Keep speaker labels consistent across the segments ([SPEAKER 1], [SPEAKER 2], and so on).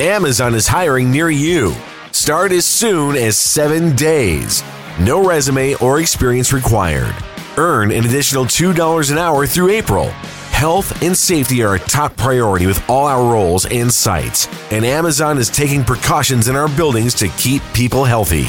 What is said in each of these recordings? [SPEAKER 1] Amazon is hiring near you. Start as soon as seven days. No resume or experience required. Earn an additional $2 an hour through April. Health and safety are a top priority with all our roles and sites, and Amazon is taking precautions in our buildings to keep people healthy.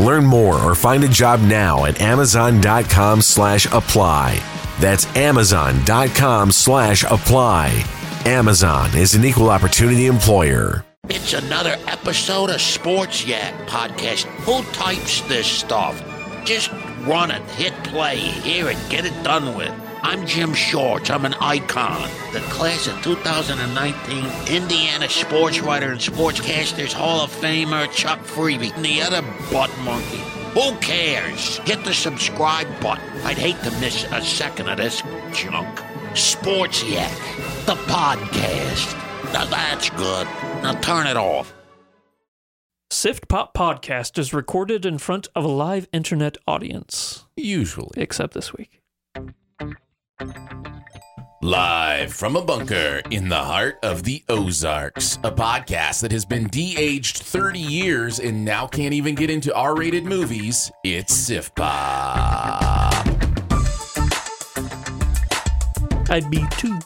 [SPEAKER 1] Learn more or find a job now at amazon.com slash apply. That's amazon.com slash apply. Amazon is an equal opportunity employer.
[SPEAKER 2] It's another episode of Sports Yak Podcast. Who types this stuff? Just run it, hit play, hear it, get it done with. I'm Jim Shorts. I'm an icon. The class of 2019 Indiana sports writer and sportscasters Hall of Famer Chuck Freebie and the other butt monkey. Who cares? Hit the subscribe button. I'd hate to miss a second of this junk. Sports Yak, the podcast. Now that's good. Now turn it off.
[SPEAKER 3] Sift Pop Podcast is recorded in front of a live internet audience,
[SPEAKER 4] Usually.
[SPEAKER 3] except this week.
[SPEAKER 4] Live from a bunker in the heart of the Ozarks, a podcast that has been de aged 30 years and now can't even get into R rated movies, it's Sif Pop.
[SPEAKER 3] I'd be too.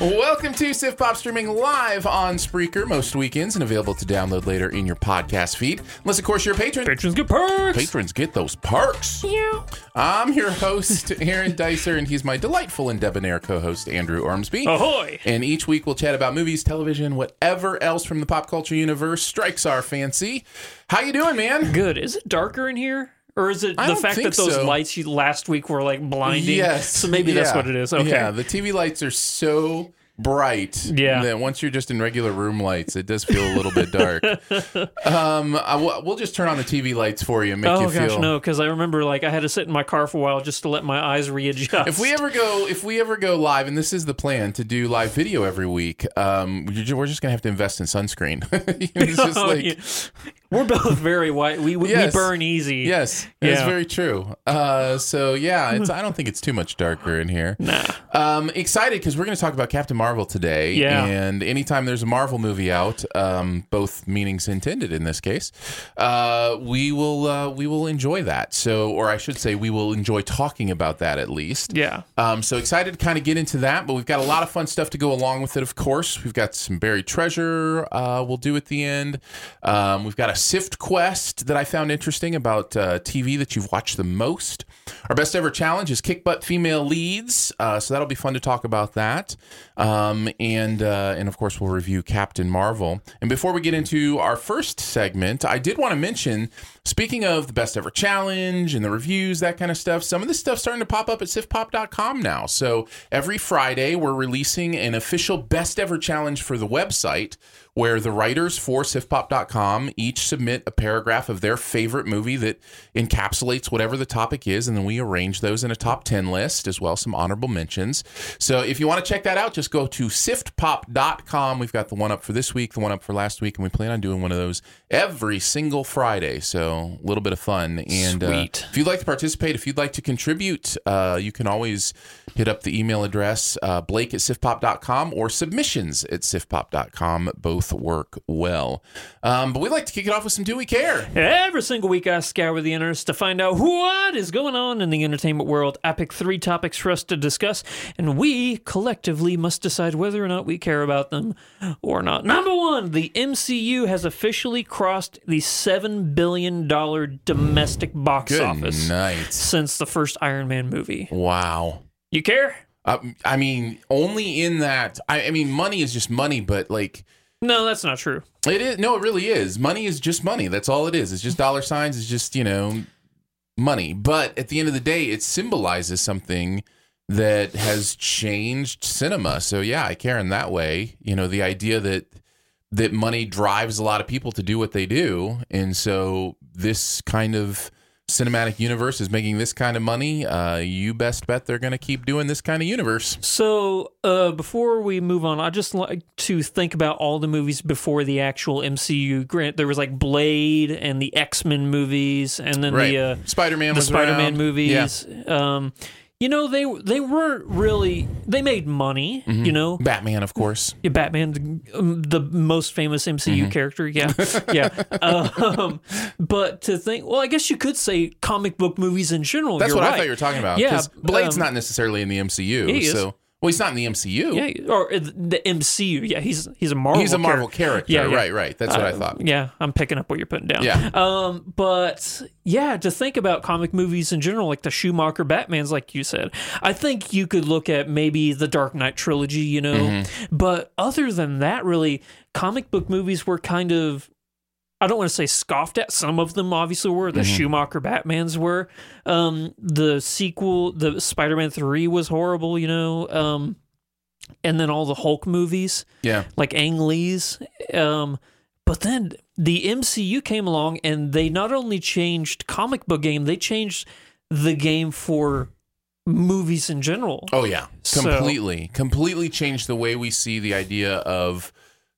[SPEAKER 4] Welcome to Sif Pop streaming live on Spreaker most weekends and available to download later in your podcast feed. Unless, of course, you're a patron.
[SPEAKER 3] Patrons get perks.
[SPEAKER 4] Patrons get those perks. I'm your host, Aaron Dicer, and he's my delightful and debonair co host, Andrew Ormsby.
[SPEAKER 3] Ahoy!
[SPEAKER 4] And each week we'll chat about movies, television, whatever else from the pop culture universe strikes our fancy. How you doing, man?
[SPEAKER 3] Good. Is it darker in here? Or is it
[SPEAKER 4] I
[SPEAKER 3] the
[SPEAKER 4] don't
[SPEAKER 3] fact
[SPEAKER 4] think
[SPEAKER 3] that those
[SPEAKER 4] so.
[SPEAKER 3] lights you last week were like blinding? So maybe that's
[SPEAKER 4] Yeah.
[SPEAKER 3] what it is. Okay.
[SPEAKER 4] Yeah, the TV lights are so bright
[SPEAKER 3] Yeah.
[SPEAKER 4] that once you're just in regular room lights, it does feel a little bit dark. um, I w- we'll just turn on the TV lights for you and make
[SPEAKER 3] oh
[SPEAKER 4] you
[SPEAKER 3] gosh,
[SPEAKER 4] feel
[SPEAKER 3] no, because I remember like I had to sit in my car for a while just to let my eyes readjust.
[SPEAKER 4] If we ever go, if we ever go live, and this is the plan to do live video every week, um, we're ju- we're just gonna have to invest in sunscreen. it's just
[SPEAKER 3] Oh,
[SPEAKER 4] like,
[SPEAKER 3] yeah. We're both very white. We we,
[SPEAKER 4] Yes.
[SPEAKER 3] we burn easy.
[SPEAKER 4] yes, that's
[SPEAKER 3] Yeah.
[SPEAKER 4] very true. Uh, so yeah, it's, I don't think it's too much darker in here. Nah. Um, excited because we're gonna talk about Captain Marvel today.
[SPEAKER 3] Yeah.
[SPEAKER 4] And anytime there's a Marvel movie out, um, both meanings intended in this case, uh, we will uh, we will enjoy that. So, or I should say, we will enjoy talking about that at least.
[SPEAKER 3] Yeah.
[SPEAKER 4] Um, so excited to kind of get into that, but we've got a lot of fun stuff to go along with it. Of course, we've got some buried treasure. Uh, we'll do at the end. Um, we've got a sift quest that I found interesting about uh, TV that you've watched the most. Our best ever challenge is kick butt female leads, uh, so that'll be fun to talk about that. Um, and uh, and of course, we'll review Captain Marvel. And before we get into our first segment, I did want to mention Speaking of the best ever challenge and the reviews, that kind of stuff, some of this stuff's starting to pop up at sifpop.com now. So every Friday, we're releasing an official best ever challenge for the website where the writers for sifpop.com each submit a paragraph of their favorite movie that encapsulates whatever the topic is. And then we arrange those in a top 10 list as well as some honorable mentions. So if you want to check that out, just go to siftpop.com. We've got the one up for this week, the one up for last week, and we plan on doing one of those every single Friday. So a little bit of fun. And uh,
[SPEAKER 3] Sweet.
[SPEAKER 4] if you'd like to participate, if you'd like to contribute, uh, you can always hit up the email address uh, blake at sifpop.com or submissions at sifpop.com. Both work well. Um, but we'd like to kick it off with some Do We Care?
[SPEAKER 3] Every single week, I scour the internet to find out what is going on in the entertainment world. I pick three topics for us to discuss, and we collectively must decide whether or not we care about them or not. Number one, the MCU has officially crossed the $7 billion domestic box
[SPEAKER 4] Good
[SPEAKER 3] office
[SPEAKER 4] night.
[SPEAKER 3] since the first Iron Man movie.
[SPEAKER 4] Wow.
[SPEAKER 3] You care?
[SPEAKER 4] Um, I mean, only in that. I, I mean, money is just money, but like
[SPEAKER 3] No, that's not true.
[SPEAKER 4] it is. No, it really is. Money is just money. That's all it is. It's just dollar signs. It's just you know, money. But at the end of the day, it symbolizes something that has changed cinema. So yeah, I care in that way. You know, the idea that that money drives a lot of people to do what they do, and so this kind of cinematic universe is making this kind of money. Uh, you best bet they're going to keep doing this kind of universe.
[SPEAKER 3] So, uh, before we move on, I just like to think about all the movies before the actual MCU. Grant, there was like Blade and the X Men movies, and then
[SPEAKER 4] Right,
[SPEAKER 3] the uh,
[SPEAKER 4] Spider Man,
[SPEAKER 3] the Spider Man
[SPEAKER 4] Yeah.
[SPEAKER 3] movies. Um, you know, they they weren't really they made money.
[SPEAKER 4] Mm-hmm.
[SPEAKER 3] You know,
[SPEAKER 4] Batman, of course.
[SPEAKER 3] Yeah, Batman, um, the most famous MCU
[SPEAKER 4] Mm-hmm.
[SPEAKER 3] character. Yeah, yeah. Um, but to think, well, I guess you could say comic book movies in general.
[SPEAKER 4] That's
[SPEAKER 3] you're
[SPEAKER 4] what
[SPEAKER 3] right.
[SPEAKER 4] I thought you were talking about.
[SPEAKER 3] Yeah,
[SPEAKER 4] 'cause Blade's
[SPEAKER 3] um,
[SPEAKER 4] not necessarily in the MCU.
[SPEAKER 3] he is.
[SPEAKER 4] So, well, he's not in the MCU.
[SPEAKER 3] Yeah, or uh, the MCU. Yeah, he's he's a Marvel.
[SPEAKER 4] he's a Marvel character.
[SPEAKER 3] Yeah, yeah.
[SPEAKER 4] Right, right. That's what I thought.
[SPEAKER 3] Yeah, I'm picking up what you're putting down.
[SPEAKER 4] Yeah.
[SPEAKER 3] Um, but yeah, to think about comic movies in general, like the Schumacher Batman's, like you said, I think you could look at maybe the Dark Knight trilogy, you know. But other than that, really, comic book movies were kind of. I don't want to say scoffed at. Some of them obviously were. The Schumacher Batmans were. Um, the sequel, the Spider Man 3 was horrible, you know. Um, and then all the Hulk movies
[SPEAKER 4] Yeah.
[SPEAKER 3] like Ang Lee's. Um, but then the MCU came along and they not only changed comic book game, they changed the game for movies in general.
[SPEAKER 4] Oh yeah,
[SPEAKER 3] So-
[SPEAKER 4] completely, completely changed the way we see the idea of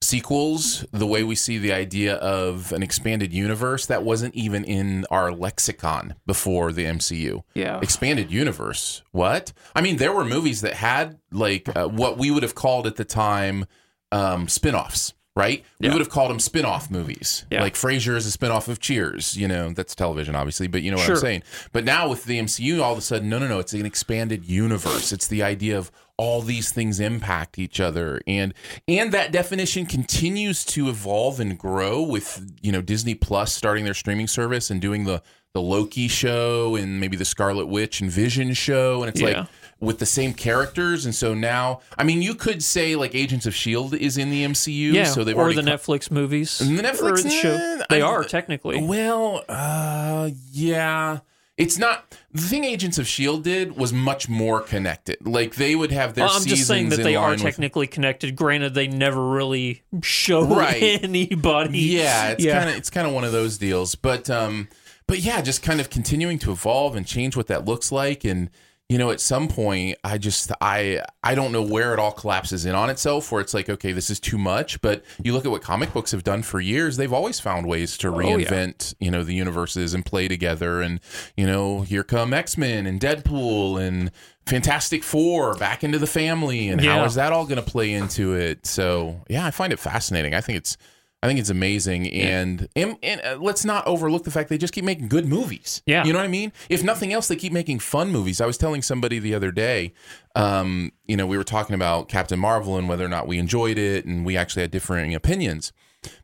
[SPEAKER 4] sequels, the way we see the idea of an expanded universe that wasn't even in our lexicon before the MCU.
[SPEAKER 3] Yeah.
[SPEAKER 4] Expanded universe. What? I mean, there were movies that had like uh, what we would have called at the time um, spin-offs, right? We would have called them spin-off movies.
[SPEAKER 3] Yeah.
[SPEAKER 4] Like Frasier is a spin-off of Cheers, you know, that's television obviously, but you know what
[SPEAKER 3] Sure.
[SPEAKER 4] I'm saying? But now with the MCU all of a sudden, no no no, it's an expanded universe. It's the idea of all these things impact each other and and that definition continues to evolve and grow with, you know, Disney Plus starting their streaming service and doing the the Loki show and maybe the Scarlet Witch and Vision show and it's
[SPEAKER 3] Yeah.
[SPEAKER 4] like with the same characters and so now I mean you could say like Agents of Shield E is in the MCU
[SPEAKER 3] yeah.
[SPEAKER 4] so they've
[SPEAKER 3] or
[SPEAKER 4] already
[SPEAKER 3] the
[SPEAKER 4] co-
[SPEAKER 3] Netflix movies.
[SPEAKER 4] And the Netflix,
[SPEAKER 3] or the show.
[SPEAKER 4] eh,
[SPEAKER 3] They
[SPEAKER 4] I-
[SPEAKER 3] are technically.
[SPEAKER 4] Well, uh, yeah. It's not the thing Agents of Shield E did was much more connected. Like they would have their
[SPEAKER 3] Well, I'm
[SPEAKER 4] seasons
[SPEAKER 3] just saying that
[SPEAKER 4] in
[SPEAKER 3] they are
[SPEAKER 4] line with-
[SPEAKER 3] technically connected. Granted, they never really show
[SPEAKER 4] Right.
[SPEAKER 3] anybody.
[SPEAKER 4] yeah, it's kind of it's kind of one of those deals. But um, but yeah, just kind of continuing to evolve and change what that looks like, and you know, at some point, I just I I don't know where it all collapses in on itself, where it's like, okay, this is too much. But you look at what comic books have done for years; they've always found ways to reinvent, you know, the universes and play together. And you know, here come X Men and Deadpool and Fantastic Four back into the family, and how
[SPEAKER 3] Yeah.
[SPEAKER 4] is that all going to play into it? So yeah, I find it fascinating. I think it's I think it's amazing, and and, and uh, let's not overlook the fact they just keep making good movies.
[SPEAKER 3] Yeah.
[SPEAKER 4] you know what I mean. If nothing else, they keep making fun movies. I was telling somebody the other day, um, you know, we were talking about Captain Marvel and whether or not we enjoyed it, and we actually had differing opinions.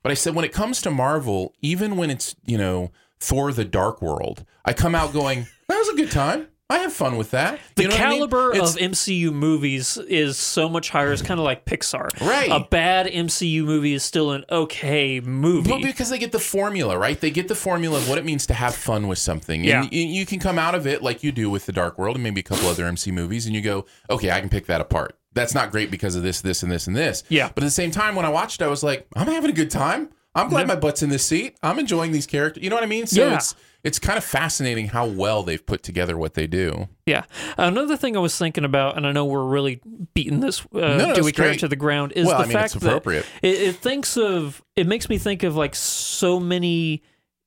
[SPEAKER 4] But I said when it comes to Marvel, even when it's you know Thor: The Dark World, I come out going, that was a good time. I have fun with that.
[SPEAKER 3] The
[SPEAKER 4] You know what I mean?
[SPEAKER 3] caliber
[SPEAKER 4] It's-
[SPEAKER 3] of MCU movies is so much higher. It's kind of like Pixar.
[SPEAKER 4] Right.
[SPEAKER 3] A bad MCU movie is still an okay movie.
[SPEAKER 4] Well, because they get the formula, right? They get the formula of what it means to have fun with something.
[SPEAKER 3] Yeah.
[SPEAKER 4] And you, you can come out of it like you do with The Dark World and maybe a couple other MC movies, and you go, okay, I can pick that apart. That's not great because of this, this, and this, and this.
[SPEAKER 3] Yeah.
[SPEAKER 4] But at the same time, when I watched it, I was like, I'm having a good time. I'm glad my butt's in this seat. I'm enjoying these characters. You know what I mean? So
[SPEAKER 3] Yeah.
[SPEAKER 4] it's it's kind of fascinating how well they've put together what they do.
[SPEAKER 3] yeah. Another thing I was thinking about, and I know we're really beating this uh,
[SPEAKER 4] no,
[SPEAKER 3] do we
[SPEAKER 4] it's
[SPEAKER 3] carry
[SPEAKER 4] great.
[SPEAKER 3] to the ground, is
[SPEAKER 4] Well,
[SPEAKER 3] the
[SPEAKER 4] I mean, it's
[SPEAKER 3] fact
[SPEAKER 4] appropriate.
[SPEAKER 3] that it, it thinks of, it makes me think of like so many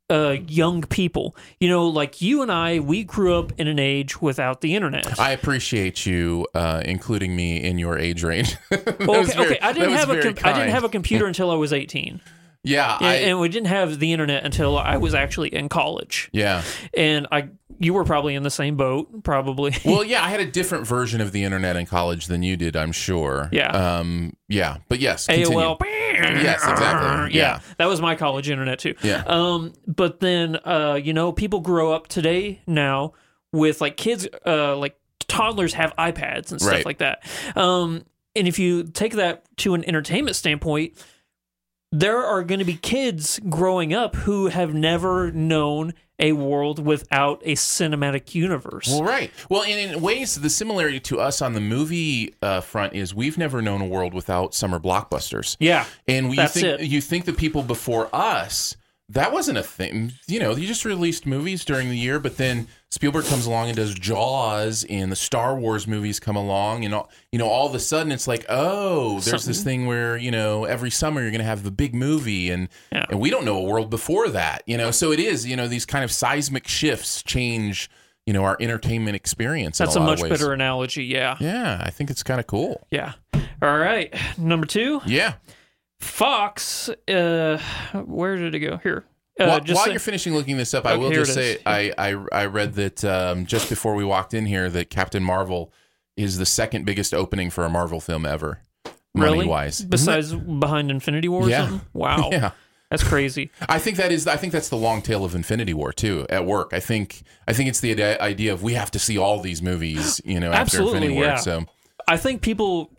[SPEAKER 3] uh, young people. You know, like you and I, we grew up in an age without the internet.
[SPEAKER 4] I appreciate you uh, including me in your age range. That was
[SPEAKER 3] okay,
[SPEAKER 4] very-
[SPEAKER 3] okay. I
[SPEAKER 4] that
[SPEAKER 3] didn't
[SPEAKER 4] was
[SPEAKER 3] have a
[SPEAKER 4] very
[SPEAKER 3] com- I didn't
[SPEAKER 4] kind.
[SPEAKER 3] have a computer until I was 18.
[SPEAKER 4] yeah.
[SPEAKER 3] and,
[SPEAKER 4] I,
[SPEAKER 3] and we didn't have the internet until I was actually in college.
[SPEAKER 4] yeah.
[SPEAKER 3] And I, you were probably in the same boat, probably.
[SPEAKER 4] well, yeah, I had a different version of the internet in college than you did, I'm sure.
[SPEAKER 3] Yeah.
[SPEAKER 4] Um, yeah, but yes. continue.
[SPEAKER 3] AOL.
[SPEAKER 4] Yes, exactly. Yeah.
[SPEAKER 3] Yeah, that was my college internet too.
[SPEAKER 4] Yeah.
[SPEAKER 3] Um, but then, uh, you know, people grow up today now with like kids, uh, like toddlers have iPads and stuff
[SPEAKER 4] Right.
[SPEAKER 3] like that. Um, and if you take that to an entertainment standpoint, there are going to be kids growing up who have never known a world without a cinematic universe.
[SPEAKER 4] Well, right. Well, and in ways, the similarity to us on the movie uh, front is we've never known a world without summer blockbusters.
[SPEAKER 3] Yeah,
[SPEAKER 4] and we,
[SPEAKER 3] that's
[SPEAKER 4] you think
[SPEAKER 3] it.
[SPEAKER 4] you think the people before us that wasn't a thing. You know, you just released movies during the year, but then Spielberg comes along and does Jaws, and the Star Wars movies come along, and all, you know, all of a sudden it's like, oh, there's this thing where you know every summer you're going to have the big movie, and
[SPEAKER 3] Yeah.
[SPEAKER 4] and we don't know a world before that, you know. So it is, you know, these kind of seismic shifts change, you know, our entertainment experience.
[SPEAKER 3] that's a,
[SPEAKER 4] in a, lot
[SPEAKER 3] much
[SPEAKER 4] of ways.
[SPEAKER 3] better analogy. Yeah.
[SPEAKER 4] Yeah, I think it's kind of cool.
[SPEAKER 3] Yeah. All right. Number two,
[SPEAKER 4] Yeah.
[SPEAKER 3] Fox. Uh, where did it go? Here. Uh,
[SPEAKER 4] while,
[SPEAKER 3] just
[SPEAKER 4] while
[SPEAKER 3] say-
[SPEAKER 4] you're finishing looking this up, I
[SPEAKER 3] Okay,
[SPEAKER 4] will
[SPEAKER 3] here
[SPEAKER 4] just
[SPEAKER 3] it is.
[SPEAKER 4] say I, I I read that um, just before we walked in here that Captain Marvel is the second biggest opening for a Marvel film ever, money
[SPEAKER 3] really
[SPEAKER 4] wise.
[SPEAKER 3] besides behind Infinity War. Or
[SPEAKER 4] Yeah.
[SPEAKER 3] Something? Wow.
[SPEAKER 4] Yeah.
[SPEAKER 3] That's crazy.
[SPEAKER 4] I think that is I think that's the long tail of Infinity War too at work. I think I think it's the ide- idea of we have to see all these movies, you know, after
[SPEAKER 3] Absolutely,
[SPEAKER 4] Infinity War.
[SPEAKER 3] yeah.
[SPEAKER 4] So
[SPEAKER 3] I think people.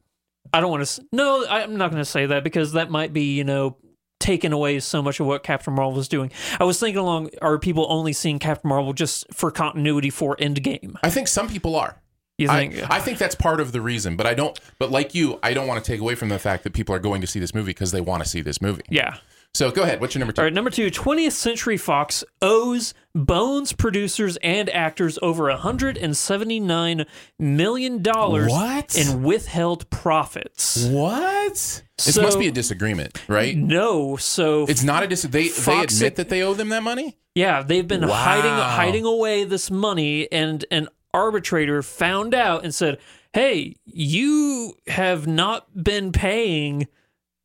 [SPEAKER 3] I don't want to. No, I'm not going to say that because that might be you know taken away so much of what Captain Marvel is doing. I was thinking along: Are people only seeing Captain Marvel just for continuity for Endgame?
[SPEAKER 4] I think some people are.
[SPEAKER 3] You think?
[SPEAKER 4] I, I think that's part of the reason, but I don't. But like you, I don't want to take away from the fact that people are going to see this movie because they want to see this movie.
[SPEAKER 3] yeah.
[SPEAKER 4] So go ahead. What's your number two?
[SPEAKER 3] All right, number two, 20th Century Fox owes Bones producers and actors over $179 million
[SPEAKER 4] What?
[SPEAKER 3] in withheld profits.
[SPEAKER 4] What? This
[SPEAKER 3] So-
[SPEAKER 4] must be a disagreement, right?
[SPEAKER 3] No, so
[SPEAKER 4] It's not a dis. They
[SPEAKER 3] Fox-
[SPEAKER 4] they admit that they owe them that money.
[SPEAKER 3] yeah, they've been hiding
[SPEAKER 4] Wow.
[SPEAKER 3] hiding away this money, and an arbitrator found out and said, "Hey, you have not been paying."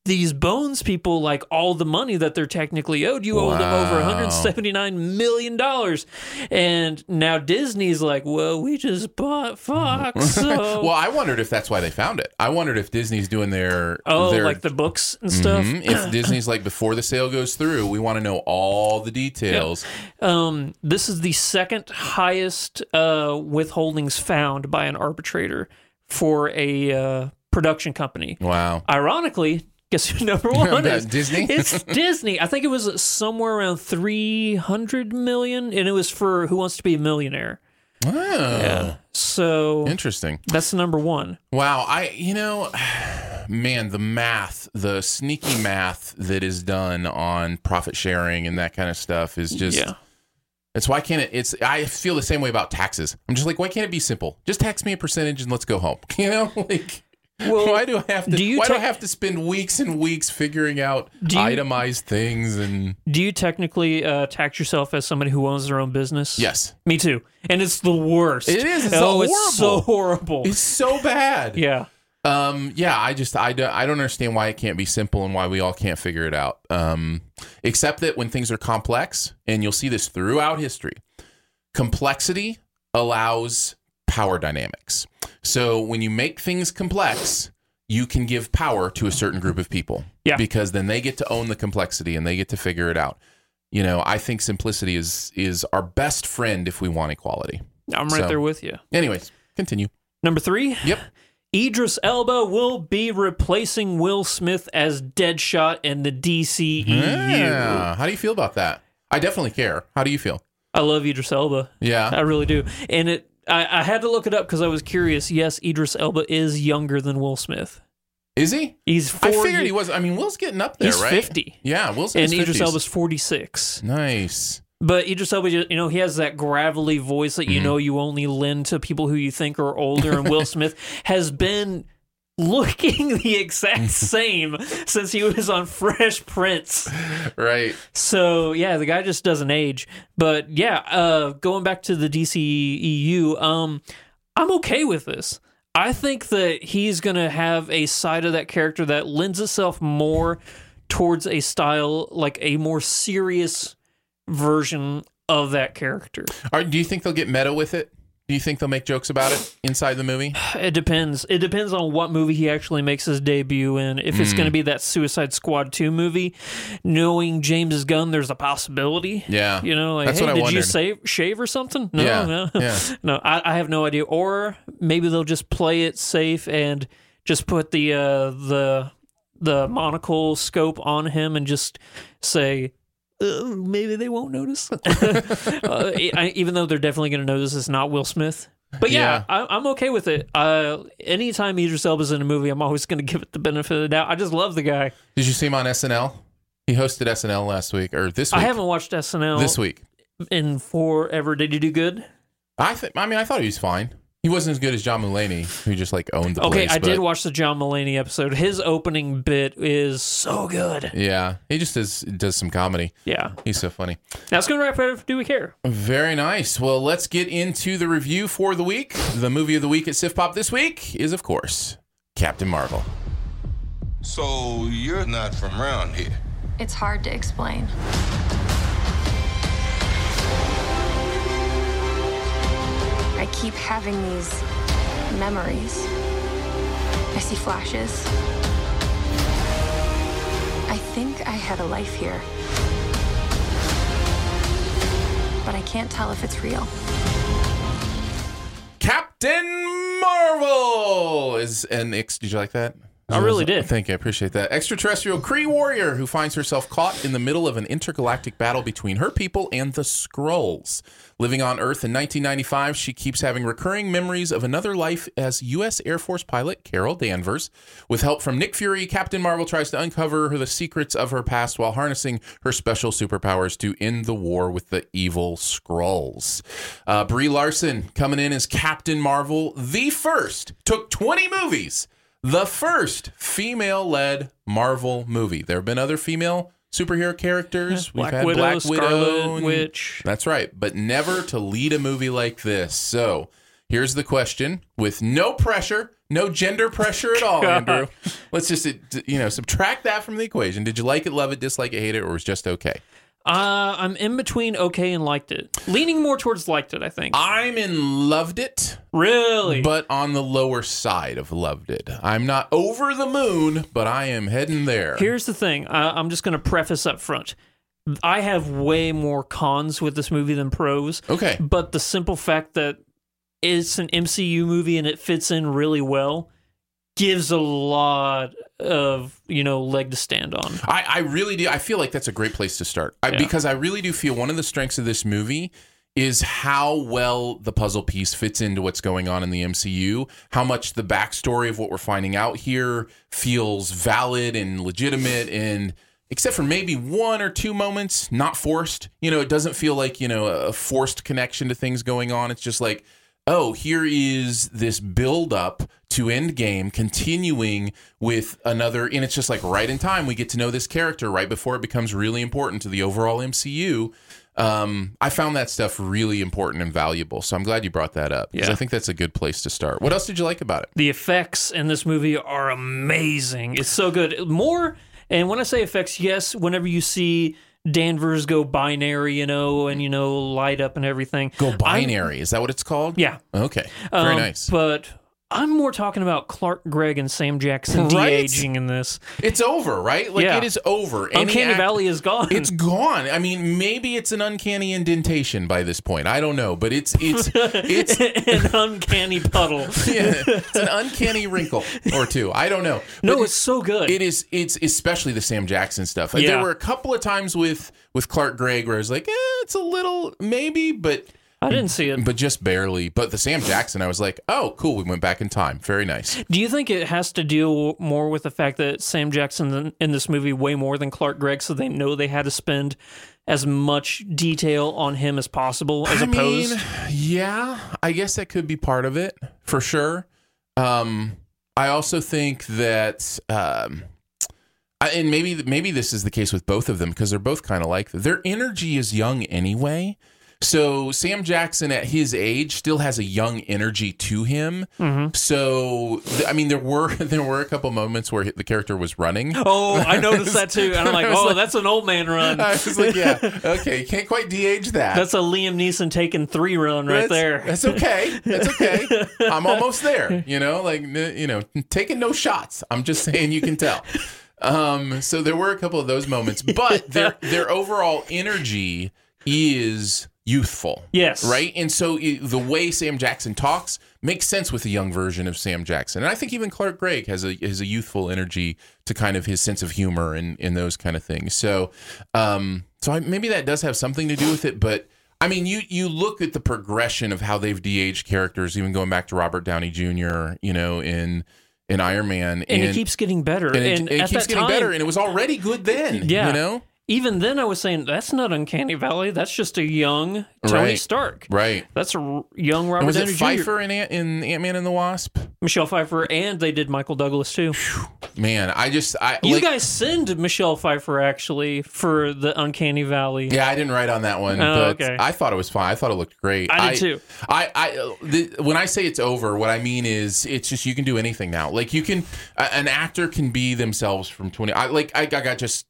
[SPEAKER 3] These bones people like all the money that they're technically owed. You owe them over
[SPEAKER 4] Wow.
[SPEAKER 3] 179 million dollars, and now Disney's like, "Well, we just bought Fox." So.
[SPEAKER 4] Well, I wondered if that's why they found it. I wondered if Disney's doing their
[SPEAKER 3] oh,
[SPEAKER 4] their,
[SPEAKER 3] like the books and stuff.
[SPEAKER 4] Mhm. if Disney's like before the sale goes through, we want to know all the details.
[SPEAKER 3] Um, this is the second highest uh, withholdings found by an arbitrator for a uh, production company.
[SPEAKER 4] Wow.
[SPEAKER 3] Ironically, guess who number one
[SPEAKER 4] bet
[SPEAKER 3] is
[SPEAKER 4] Disney?
[SPEAKER 3] it's Disney. I think it was somewhere around three hundred million, and it was for Who Wants to Be a Millionaire.
[SPEAKER 4] Oh,
[SPEAKER 3] So
[SPEAKER 4] interesting.
[SPEAKER 3] that's number one.
[SPEAKER 4] Wow, I you know, man, the math, the sneaky math that is done on profit sharing and that kind of stuff is just
[SPEAKER 3] yeah,
[SPEAKER 4] That's why can't it? It's I feel the same way about taxes. I'm just like, why can't it be simple? Just tax me a percentage and let's go home. You know, like
[SPEAKER 3] Well,
[SPEAKER 4] why do I have to?
[SPEAKER 3] do you
[SPEAKER 4] why do I
[SPEAKER 3] ta-
[SPEAKER 4] have to spend weeks and weeks figuring out
[SPEAKER 3] Do you-
[SPEAKER 4] itemized things and
[SPEAKER 3] do you technically uh, tax yourself as somebody who owns their own business?
[SPEAKER 4] yes,
[SPEAKER 3] me too. And it's the worst.
[SPEAKER 4] It is. It's
[SPEAKER 3] oh,
[SPEAKER 4] horrible.
[SPEAKER 3] it's so horrible.
[SPEAKER 4] it's so bad.
[SPEAKER 3] Oh. yeah.
[SPEAKER 4] Um, yeah, I just I don't I don't understand why it can't be simple and why we all can't figure it out. Um, except that when things are complex, and you'll see this throughout history, complexity allows power dynamics. So when you make things complex, you can give power to a certain group of people.
[SPEAKER 3] Yeah.
[SPEAKER 4] Because then they get to own the complexity and they get to figure it out. You know, I think simplicity is is our best friend if we want equality.
[SPEAKER 3] I'm right
[SPEAKER 4] So-
[SPEAKER 3] there with you.
[SPEAKER 4] Anyways, continue.
[SPEAKER 3] Number three.
[SPEAKER 4] Yep.
[SPEAKER 3] Idris Elba will be replacing Will Smith as Deadshot in the E DCEU.
[SPEAKER 4] Yeah. How do you feel about that? I definitely care. How do you feel?
[SPEAKER 3] I love Idris Elba.
[SPEAKER 4] Yeah.
[SPEAKER 3] I really do. And it I, I had to look it up because I was curious. Yes, Idris Elba is younger than Will Smith.
[SPEAKER 4] Is he?
[SPEAKER 3] He's four
[SPEAKER 4] I figured he
[SPEAKER 3] ye-
[SPEAKER 4] was. I mean, Will's getting up there,
[SPEAKER 3] He's
[SPEAKER 4] right?
[SPEAKER 3] 50.
[SPEAKER 4] Yeah, Will's in
[SPEAKER 3] and
[SPEAKER 4] his
[SPEAKER 3] Idris
[SPEAKER 4] 50s.
[SPEAKER 3] Elba's 46.
[SPEAKER 4] Nice.
[SPEAKER 3] But Idris Elba, you know, he has that gravelly voice that you know you only lend to people who you think are older. And Will Smith has been looking the exact same since he was on Fresh Prince.
[SPEAKER 4] Right.
[SPEAKER 3] So yeah, the guy just doesn't age. But yeah, uh, going back to the DCEU, um, I'm okay with this. I think that he's gonna have a side of that character that lends itself more towards a style like a more serious version of that character.
[SPEAKER 4] Are, do you think they'll get meta with it? Do you think they'll make jokes about it inside the movie?
[SPEAKER 3] It depends. It depends on what movie he actually makes his debut in. If it's gonna be that Suicide Squad two movie, knowing James Gunn, there's a possibility.
[SPEAKER 4] Yeah.
[SPEAKER 3] You know, like,
[SPEAKER 4] That's
[SPEAKER 3] hey,
[SPEAKER 4] what I
[SPEAKER 3] did you
[SPEAKER 4] wondered.
[SPEAKER 3] save, shave or something? No,
[SPEAKER 4] Yeah,
[SPEAKER 3] no.
[SPEAKER 4] yeah.
[SPEAKER 3] No, I, I have no idea. Or maybe they'll just play it safe and just put the uh, the the monocle scope on him and just say uh, maybe they won't notice. uh, I, I- even though they're definitely going to notice it's not Will Smith. But yeah, I, I'm okay with it. Uh, anytime Idris Elba's in a movie, I'm always going to give it the benefit of the doubt. I just love the guy.
[SPEAKER 4] Did you see him on SNL? He hosted SNL last week or this week.
[SPEAKER 3] I haven't watched SNL
[SPEAKER 4] This week.
[SPEAKER 3] in forever. Did you do good?
[SPEAKER 4] I th- I mean, I thought he was fine. He wasn't as good as John Mulaney, who just like owned the
[SPEAKER 3] Okay,
[SPEAKER 4] place.
[SPEAKER 3] I did
[SPEAKER 4] but-
[SPEAKER 3] watch the John Mulaney episode. His opening bit is so good.
[SPEAKER 4] Yeah, he just does does some comedy.
[SPEAKER 3] Yeah.
[SPEAKER 4] He's so funny.
[SPEAKER 3] That's going to wrap it up. for Do we care?
[SPEAKER 4] Very nice. Well, let's get into the review for the week. The movie of the week at Sif Pop this week is, of course, Captain Marvel.
[SPEAKER 5] So you're not from around here.
[SPEAKER 6] It's hard to explain. I keep having these memories. I see flashes. I think I had a life here. But I can't tell if it's real.
[SPEAKER 4] Captain Marvel is an ex. Did you like that?
[SPEAKER 3] I really did.
[SPEAKER 4] Thank you. I appreciate that. Extraterrestrial Cree warrior who finds herself caught in the middle of an intergalactic battle between her people and the Skrulls. Living on Earth in 1995, she keeps having recurring memories of another life as U.S. Air Force pilot Carol Danvers. With help from Nick Fury, Captain Marvel tries to uncover the secrets of her past while harnessing her special superpowers to end the war with the evil Skrulls. Uh, Brie Larson coming in as Captain Marvel, the first, took 20 movies the first female led Marvel movie. There have been other female superhero characters.
[SPEAKER 3] Black Widow, Scarlet
[SPEAKER 4] and-
[SPEAKER 3] Witch.
[SPEAKER 4] That's right, but never to lead a movie like this. So here's the question with no pressure, no gender pressure at all, Andrew. Let's just, uh, you know, subtract that from the equation. Did you like it, love it, dislike it, hate it, or was just okay?
[SPEAKER 3] Uh, I'm in between okay and liked it. Leaning more towards liked it, I think.
[SPEAKER 4] I'm in loved it.
[SPEAKER 3] really?
[SPEAKER 4] But on the lower side of loved it. I'm not over the moon, but I am heading there.
[SPEAKER 3] Here's the thing. I, I'm just going to preface up front. I have way more cons with this movie than pros.
[SPEAKER 4] Okay.
[SPEAKER 3] But the simple fact that it's an MCU movie and it fits in really well gives a lot of, you know, leg to stand on.
[SPEAKER 4] I, I really do. I feel like that's a great place to start I,
[SPEAKER 3] Yeah.
[SPEAKER 4] because I really do feel one of the strengths of this movie is how well the puzzle piece fits into what's going on in the MCU, how much the backstory of what we're finding out here feels valid and legitimate and except for maybe one or two moments not forced. You know, it doesn't feel like, you know, a a forced connection to things going on. It's just like oh, here is this build up to Endgame continuing with another, and it's just like right in time we get to know this character right before it becomes really important to the overall MCU. Um, I found that stuff really important and valuable, so I'm glad you brought that up because
[SPEAKER 3] Yeah.
[SPEAKER 4] I think that's a good place to start. What else did you like about it?
[SPEAKER 3] The effects in this movie are amazing. It's so good. More, and when I say effects, yes, whenever you see Danvers go binary, you know, and, you know, light up and everything.
[SPEAKER 4] Go
[SPEAKER 3] I'm-
[SPEAKER 4] binary, is that what it's called?
[SPEAKER 3] yeah.
[SPEAKER 4] Okay, very
[SPEAKER 3] Um,
[SPEAKER 4] nice.
[SPEAKER 3] But I'm more talking about Clark Gregg and Sam Jackson
[SPEAKER 4] Right?
[SPEAKER 3] de aging in this.
[SPEAKER 4] It's over, right? Like
[SPEAKER 3] Yeah.
[SPEAKER 4] it is over. Any
[SPEAKER 3] Uncanny
[SPEAKER 4] act-
[SPEAKER 3] Valley is gone.
[SPEAKER 4] It's gone. I mean, maybe it's an uncanny indentation by this point. I don't know, but it's it's it's
[SPEAKER 3] an uncanny puddle.
[SPEAKER 4] yeah, it's an uncanny wrinkle or two. I don't know.
[SPEAKER 3] No,
[SPEAKER 4] But
[SPEAKER 3] it's so good.
[SPEAKER 4] it is. It's especially the Sam Jackson stuff. Like, There
[SPEAKER 3] Yeah.
[SPEAKER 4] were a couple of times with with Clark Gregg where I was like, eh, it's a little maybe, but
[SPEAKER 3] I didn't see it.
[SPEAKER 4] but just barely. But the Sam Jackson, I was like, oh, cool. We went back in time. Very nice.
[SPEAKER 3] Do you think it has to deal more with the fact that Sam Jackson in- in this movie way more than Clark Gregg, so they know they had to spend as much detail on him as possible, as
[SPEAKER 4] I
[SPEAKER 3] opposed?
[SPEAKER 4] mean, yeah, I guess that could be part of it for sure. Um, I also think that, um, I, and maybe maybe this is the case with both of them because they're both kind of like their energy is young anyway. So Sam Jackson at his age still has a young energy to him.
[SPEAKER 3] Mm-hmm.
[SPEAKER 4] So th- I mean, there were there were a couple moments where the character was running.
[SPEAKER 3] oh, I noticed that too. And I'm like, oh, that's an old man run.
[SPEAKER 4] I was like, yeah, okay, you can't quite de-age that.
[SPEAKER 3] That's a Liam Neeson taking three run right there.
[SPEAKER 4] That's okay. That's okay. I'm almost there. You know, like n- you know, taking no shots. I'm just saying you can tell. Um, so there were a couple of those moments, but their their overall energy is youthful.
[SPEAKER 3] Yes.
[SPEAKER 4] Right? And so i- the way Sam Jackson talks makes sense with a young version of Sam Jackson. And I think even Clark Gregg has a has a youthful energy to kind of his sense of humor and and those kind of things. So um so I, maybe that does have something to do with it, but I mean, you you look at the progression of how they've de-aged characters, even going back to Robert Downey Jr. You know, in in Iron Man,
[SPEAKER 3] and, it keeps getting better.
[SPEAKER 4] and
[SPEAKER 3] And,
[SPEAKER 4] it, it
[SPEAKER 3] at
[SPEAKER 4] keeps
[SPEAKER 3] that
[SPEAKER 4] getting
[SPEAKER 3] time,
[SPEAKER 4] better, and it was already good then.
[SPEAKER 3] yeah,
[SPEAKER 4] you know,
[SPEAKER 3] Even then, I was saying that's not Uncanny Valley. That's just a young Tony
[SPEAKER 4] Right.
[SPEAKER 3] Stark.
[SPEAKER 4] right?
[SPEAKER 3] That's a r- young Robert
[SPEAKER 4] And was it
[SPEAKER 3] Downey Jr.
[SPEAKER 4] Pfeiffer in Ant, in Ant Man and the Wasp?
[SPEAKER 3] Michelle Pfeiffer, and they did Michael Douglas too.
[SPEAKER 4] Man, I just I
[SPEAKER 3] You
[SPEAKER 4] like-
[SPEAKER 3] guys send Michelle Pfeiffer actually for the Uncanny Valley.
[SPEAKER 4] Yeah, I didn't write on that one,
[SPEAKER 3] Oh,
[SPEAKER 4] but
[SPEAKER 3] okay.
[SPEAKER 4] I thought it was fine. I thought it looked great.
[SPEAKER 3] I did too.
[SPEAKER 4] I, I, the, when I say it's over, what I mean is it's just you can do anything now. Like you can, a- an actor can be themselves from twenty. I like I, I got just,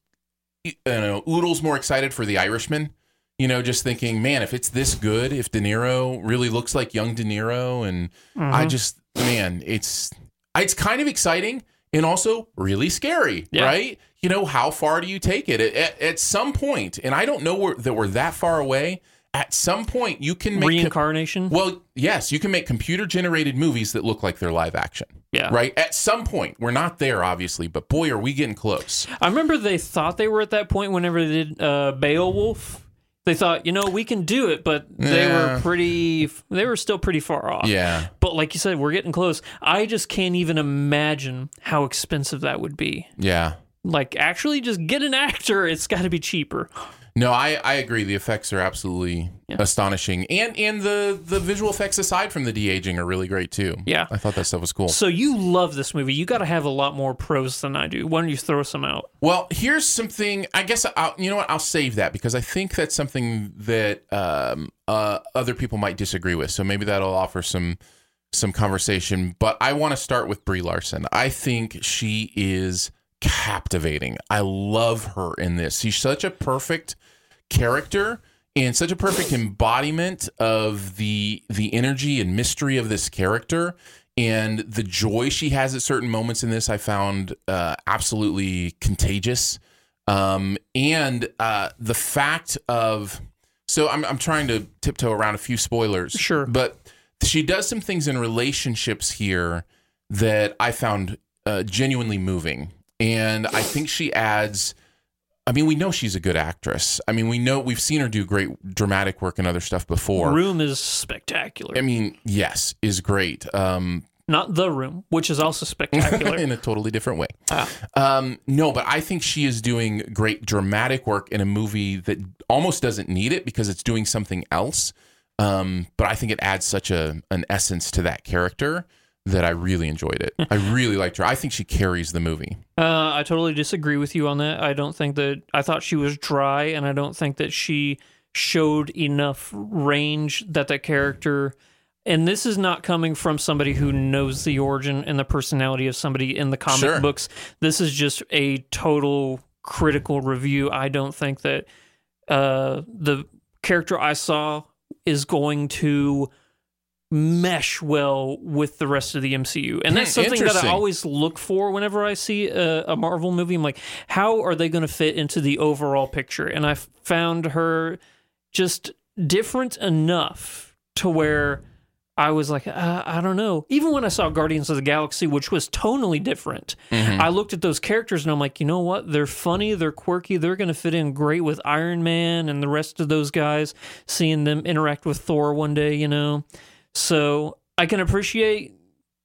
[SPEAKER 4] you know, oodles more excited for The Irishman. You know, just thinking, man, if it's this good, if De Niro really looks like young De Niro, and I
[SPEAKER 3] Mm-hmm.
[SPEAKER 4] just, man, it's it's kind of exciting and also really scary,
[SPEAKER 3] Yeah.
[SPEAKER 4] right? You know, how far do you take it? At, at, at some point, and I don't know where, that we're that far away. At some point, you can make com-
[SPEAKER 3] Reincarnation.
[SPEAKER 4] well, yes, you can make computer generated movies that look like they're live action.
[SPEAKER 3] Yeah.
[SPEAKER 4] Right? At some point, we're not there, obviously, but boy, are we getting close.
[SPEAKER 3] I remember they thought they were at that point whenever they did uh, Beowulf. They thought, you know, we can do it, but they
[SPEAKER 4] Yeah.
[SPEAKER 3] were pretty. They were still pretty far off.
[SPEAKER 4] Yeah.
[SPEAKER 3] But like you said, we're getting close. I just can't even imagine how expensive that would be.
[SPEAKER 4] Yeah.
[SPEAKER 3] Like, actually, just get an actor. It's got to be cheaper.
[SPEAKER 4] No, I, I agree. The effects are absolutely astonishing. And and the, the visual effects aside from the de aging are really great too.
[SPEAKER 3] Yeah.
[SPEAKER 4] I thought that stuff was cool.
[SPEAKER 3] So you love this movie. You got to have a lot more pros than I do. Why don't you throw some out?
[SPEAKER 4] Well, here's something. I guess I'll, you know what. I'll save that because I think that's something that um, uh, other people might disagree with. So maybe that'll offer some some conversation. But I want to start with Brie Larson. I think she is captivating. I love her in this. She's such a perfect character and such a perfect embodiment of the the energy and mystery of this character and the joy she has at certain moments in this i found uh, absolutely contagious um, and uh, the fact of so I'm, I'm trying to tiptoe around a few spoilers
[SPEAKER 3] Sure.
[SPEAKER 4] but she does some things in relationships here that i found uh, genuinely moving and i think she adds I mean, we know she's a good actress. I mean, we know we've seen her do great dramatic work and other stuff before.
[SPEAKER 3] Room is spectacular.
[SPEAKER 4] I mean, yes, is great. Um,
[SPEAKER 3] Not the room, which is also spectacular.
[SPEAKER 4] in a totally different way. Um, no, but I think she is doing great dramatic work in a movie that almost doesn't need it because it's doing something else. Um, but I think it adds such a an essence to that character that I really enjoyed it. I really liked her. I think she carries the movie.
[SPEAKER 3] Uh, I totally disagree with you on that. I don't think that I thought she was dry, and I don't think that she showed enough range that that character. And this is not coming from somebody who knows the origin and the personality of somebody in the comic
[SPEAKER 4] Sure.
[SPEAKER 3] books. This is just a total critical review. I don't think that uh, the character I saw is going to mesh well with the rest of the MCU. And that's
[SPEAKER 4] Hmm,
[SPEAKER 3] something that I
[SPEAKER 4] interesting.
[SPEAKER 3] always look for whenever I see a, a Marvel movie. I'm like, how are they going to fit into the overall picture? And I found her just different enough to where I was like, uh, I don't know. Even when I saw Guardians of the Galaxy, which was tonally different,
[SPEAKER 4] Mm-hmm.
[SPEAKER 3] I looked at those characters and I'm like, you know what? They're funny, they're quirky, they're going to fit in great with Iron Man and the rest of those guys, seeing them interact with Thor one day, you know? So I can appreciate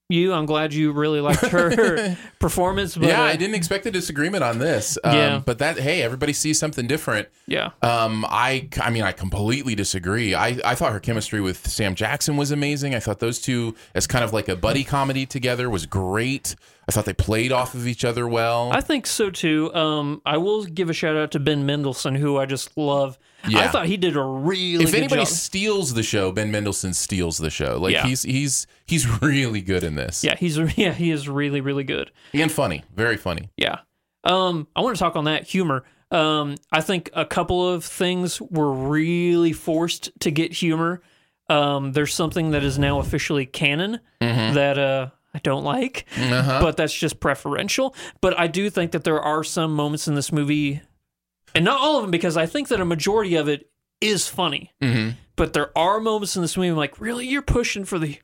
[SPEAKER 3] you. I'm glad you really liked her performance. But,
[SPEAKER 4] yeah,
[SPEAKER 3] uh,
[SPEAKER 4] I didn't expect a disagreement on this. Um,
[SPEAKER 3] Yeah.
[SPEAKER 4] But that hey, everybody sees something different.
[SPEAKER 3] Yeah.
[SPEAKER 4] Um, I, I mean, I completely disagree. I, I thought her chemistry with Sam Jackson was amazing. I thought those two, as kind of like a buddy comedy together, was great. I thought they played off of each other well.
[SPEAKER 3] I think so too. Um, I will give a shout out to Ben Mendelsohn, who I just love. I
[SPEAKER 4] Yeah.
[SPEAKER 3] thought he did a really
[SPEAKER 4] if
[SPEAKER 3] good
[SPEAKER 4] anybody
[SPEAKER 3] job.
[SPEAKER 4] steals the show, Ben Mendelsohn steals the show. Like
[SPEAKER 3] Yeah.
[SPEAKER 4] he's he's he's really good in this.
[SPEAKER 3] yeah, he's yeah he is really really good.
[SPEAKER 4] and funny, very funny.
[SPEAKER 3] Yeah. Um, I want to talk on that humor. Um, I think a couple of things were really forced to get humor. Um, there's something that is now officially canon that uh, I don't like, but that's just preferential. But I do think that there are some moments in this movie, and not all of them, because I think that a majority of it is funny. But there are moments in this movie I'm like, really, you're pushing for the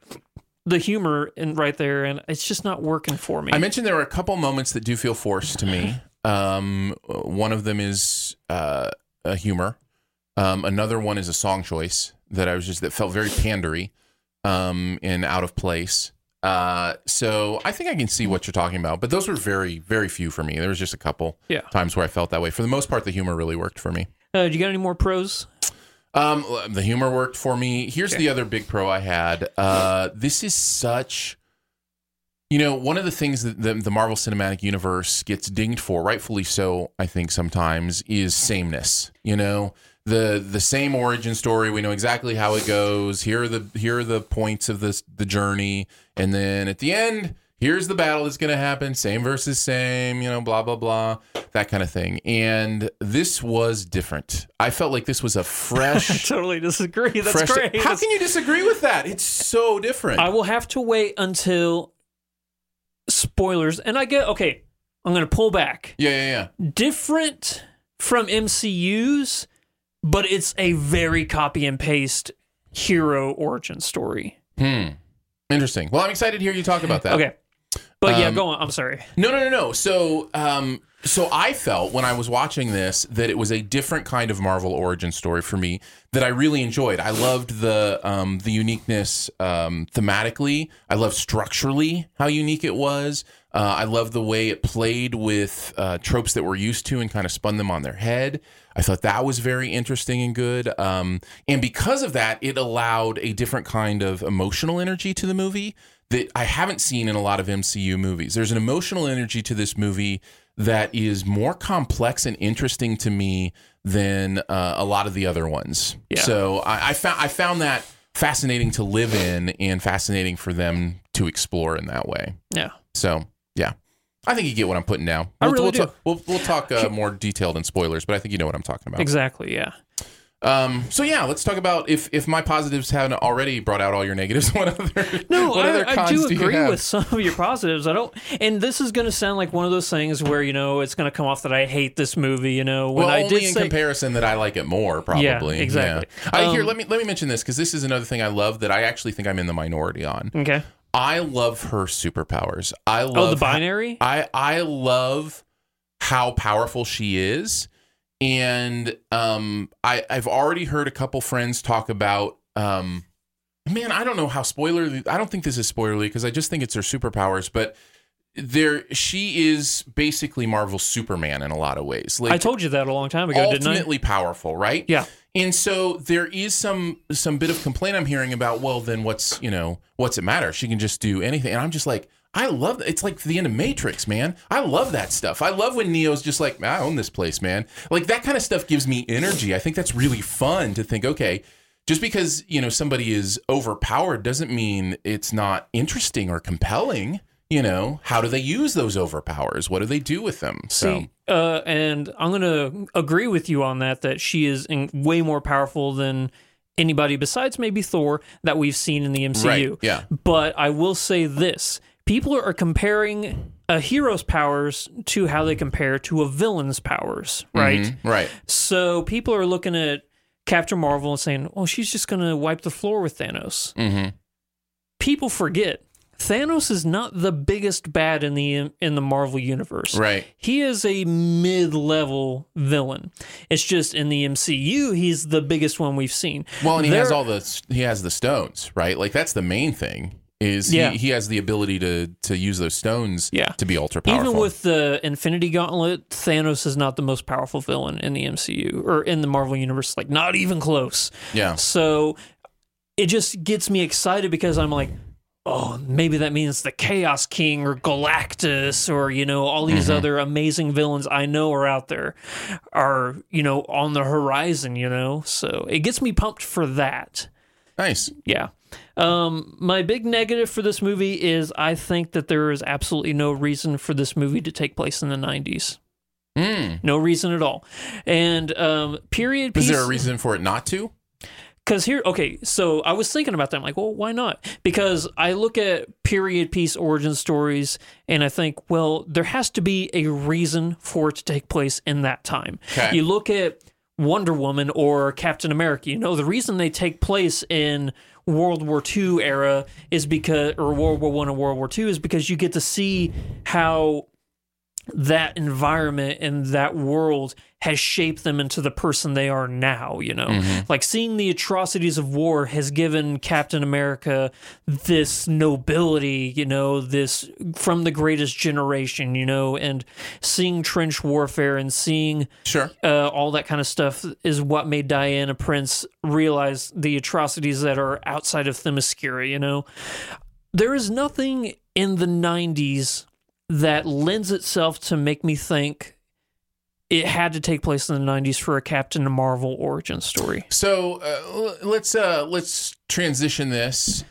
[SPEAKER 3] the humor and right there, and it's just not working for me.
[SPEAKER 4] I mentioned there were a couple moments that do feel forced to me. Um, one of them is uh, a humor. Um, another one is a song choice that I was just that felt very pandery um, and out of place. Uh, so I think I can see what you're talking about, but those were very, very few for me. There was just a couple
[SPEAKER 3] Yeah.
[SPEAKER 4] times where I felt that way. For the most part, the humor really worked for me.
[SPEAKER 3] uh, do you got any more pros?
[SPEAKER 4] Um, the humor worked for me. Here's the other big pro I had. Uh, this is such, you know, one of the things that the, the Marvel Cinematic Universe gets dinged for, rightfully so, I think sometimes, is sameness. You know, the the same origin story. We know exactly how it goes. Here are the here are the points of this the journey, and then at the end, here's the battle that's going to happen. Same versus same. You know, blah blah blah, that kind of thing. And this was different. I felt like this was a fresh
[SPEAKER 3] Totally disagree. That's
[SPEAKER 4] fresh-
[SPEAKER 3] great.
[SPEAKER 4] How
[SPEAKER 3] That's-
[SPEAKER 4] can you disagree with that? It's so different.
[SPEAKER 3] I will have to wait until spoilers. And I get okay. I'm gonna pull back.
[SPEAKER 4] yeah, yeah, yeah.
[SPEAKER 3] Different from MCU's, but it's a very copy and paste hero origin story.
[SPEAKER 4] Interesting. Well, I'm excited to hear you talk about that.
[SPEAKER 3] Okay. But yeah,
[SPEAKER 4] Um,
[SPEAKER 3] go on. I'm sorry.
[SPEAKER 4] No, no, no, no. So, um, so I felt when I was watching this that it was a different kind of Marvel origin story for me that I really enjoyed. I loved the um, the uniqueness um, thematically. I loved structurally how unique it was. Uh, I loved the way it played with uh, tropes that we're used to and kind of spun them on their head. I thought that was very interesting and good. Um, and because of that, it allowed a different kind of emotional energy to the movie that I haven't seen in a lot of MCU movies. There's an emotional energy to this movie that is more complex and interesting to me than uh, a lot of the other ones.
[SPEAKER 3] Yeah.
[SPEAKER 4] So I, I found I found that fascinating to live in and fascinating for them to explore in that way.
[SPEAKER 3] Yeah.
[SPEAKER 4] So yeah. I think you get what I'm putting down.
[SPEAKER 3] I
[SPEAKER 4] We'll,
[SPEAKER 3] really
[SPEAKER 4] we'll,
[SPEAKER 3] do.
[SPEAKER 4] Talk, we'll, we'll talk uh, more detailed in spoilers, but I think you know what I'm talking
[SPEAKER 3] oh.
[SPEAKER 4] about.
[SPEAKER 3] Exactly. Yeah.
[SPEAKER 4] Um, so yeah, let's talk about if if my positives haven't already brought out all your negatives. What other
[SPEAKER 3] No,
[SPEAKER 4] what
[SPEAKER 3] I,
[SPEAKER 4] other
[SPEAKER 3] I
[SPEAKER 4] cons
[SPEAKER 3] do
[SPEAKER 4] you
[SPEAKER 3] agree
[SPEAKER 4] have?
[SPEAKER 3] with some of your positives. I don't, and this is going to sound like one of those things where you know it's going to come off that I hate this movie. You know, when
[SPEAKER 4] well,
[SPEAKER 3] I
[SPEAKER 4] only
[SPEAKER 3] did
[SPEAKER 4] in
[SPEAKER 3] say,
[SPEAKER 4] comparison that I like it more, probably.
[SPEAKER 3] Yeah, exactly.
[SPEAKER 4] Yeah. I, here,
[SPEAKER 3] Um,
[SPEAKER 4] let me let me mention this because this is another thing I love that I actually think I'm in the minority on.
[SPEAKER 3] okay,
[SPEAKER 4] I love her superpowers. I love
[SPEAKER 3] oh, the
[SPEAKER 4] ho-
[SPEAKER 3] binary.
[SPEAKER 4] I I love how powerful she is, and um, I I've already heard a couple friends talk about um, man, I don't know how spoiler. I don't think this is spoilerly because I just think it's her superpowers, but there she is basically Marvel's Superman in a lot of ways. Like
[SPEAKER 3] I told you that a long time ago, didn't I?
[SPEAKER 4] ultimately powerful, right?
[SPEAKER 3] Yeah.
[SPEAKER 4] And so there is some some bit of complaint I'm hearing about. Well, then what's you know what's it matter? She can just do anything, and I'm just like. I love that. It's like the end of Matrix, man. I love that stuff. I love when Neo's just like, I own this place, man. Like that kind of stuff gives me energy. I think that's really fun to think, okay, just because, you know, somebody is overpowered doesn't mean it's not interesting or compelling. You know, how do they use those overpowers? What do they do with them? so
[SPEAKER 3] See, uh, and I'm going to agree with you on that. That she is in, way more powerful than anybody besides maybe Thor that we've seen in the MCU.
[SPEAKER 4] Right, yeah.
[SPEAKER 3] But I will say this: people are comparing a hero's powers to how they compare to a villain's powers, right?
[SPEAKER 4] Mhm, right.
[SPEAKER 3] So people are looking at Captain Marvel and saying, "Oh, she's just going to wipe the floor with Thanos."
[SPEAKER 4] Mhm.
[SPEAKER 3] People forget Thanos is not the biggest bad in the in the Marvel universe.
[SPEAKER 4] Right.
[SPEAKER 3] He is a mid-level villain. It's just in the MCU, he's the biggest one we've seen.
[SPEAKER 4] Well, and he has
[SPEAKER 3] There-
[SPEAKER 4] all the he has the stones, right? Like that's the main thing is
[SPEAKER 3] Yeah.
[SPEAKER 4] he, he has the ability to to use those stones
[SPEAKER 3] Yeah.
[SPEAKER 4] to be ultra powerful.
[SPEAKER 3] Even with the Infinity Gauntlet, Thanos is not the most powerful villain in the MCU or in the Marvel Universe. Like, not even close.
[SPEAKER 4] yeah.
[SPEAKER 3] So it just gets me excited because I'm like, oh, maybe that means the Chaos King or Galactus or, you know, all
[SPEAKER 4] Mm-hmm.
[SPEAKER 3] these other amazing villains I know are out there are, you know, on the horizon, you know? So it gets me pumped for that.
[SPEAKER 4] Nice.
[SPEAKER 3] Yeah. Um, my big negative for this movie is I think that there is absolutely no reason for this movie to take place in the 90s.
[SPEAKER 4] Mm.
[SPEAKER 3] No reason at all. And um, period piece.
[SPEAKER 4] Is there a reason for it not to?
[SPEAKER 3] Because here, okay, so I was thinking about that. I'm like, well, why not? Because I look at period piece origin stories and I think, well, there has to be a reason for it to take place in that time.
[SPEAKER 4] Okay.
[SPEAKER 3] You look at Wonder Woman or Captain America. You know, the reason they take place in World War II era is because, or World War One and World War II is because you get to see how that environment and that world has shaped them into the person they are now, you know? Like seeing the atrocities of war has given Captain America this nobility, you know, this from the greatest generation, you know, and seeing trench warfare and seeing
[SPEAKER 4] Sure.
[SPEAKER 3] uh, all that kind of stuff is what made Diana Prince realize the atrocities that are outside of Themyscira, you know? There is nothing in the 90s that lends itself to make me think it had to take place in the 90s for a Captain Marvel origin story.
[SPEAKER 4] So uh, l- let's uh, let's transition this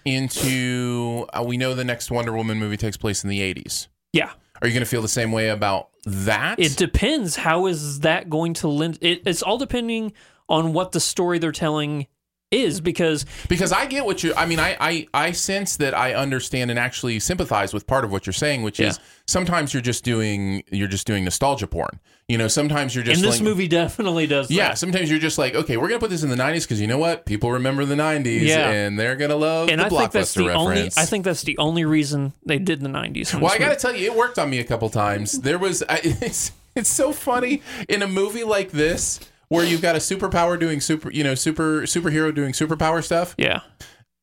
[SPEAKER 4] into uh, we know the next Wonder Woman movie takes place in the eighties.
[SPEAKER 3] Yeah.
[SPEAKER 4] Are you going to feel the same way about that?
[SPEAKER 3] It depends. How is that going to lend? It, it's all depending on what the story they're telling is because
[SPEAKER 4] because I get what you. I mean, I, I I sense that I understand and actually sympathize with part of what you're saying, which is
[SPEAKER 3] Yeah.
[SPEAKER 4] sometimes you're just doing you're just doing nostalgia porn. You know, sometimes you're just
[SPEAKER 3] and this
[SPEAKER 4] like-
[SPEAKER 3] movie definitely does that.
[SPEAKER 4] Yeah, sometimes you're just like, okay, we're gonna put this in the '90s because you know what? People remember the '90s,
[SPEAKER 3] Yeah.
[SPEAKER 4] and they're gonna love
[SPEAKER 3] and
[SPEAKER 4] the
[SPEAKER 3] I
[SPEAKER 4] blockbuster
[SPEAKER 3] think that's the
[SPEAKER 4] reference.
[SPEAKER 3] only. I think that's the only reason they did the '90s. on
[SPEAKER 4] Well,
[SPEAKER 3] this
[SPEAKER 4] I got to
[SPEAKER 3] movie.
[SPEAKER 4] tell you, it worked on me a couple times. There was, I, it's, it's so funny in a movie like this where you've got a superpower doing super, you know, super superhero doing superpower stuff.
[SPEAKER 3] Yeah,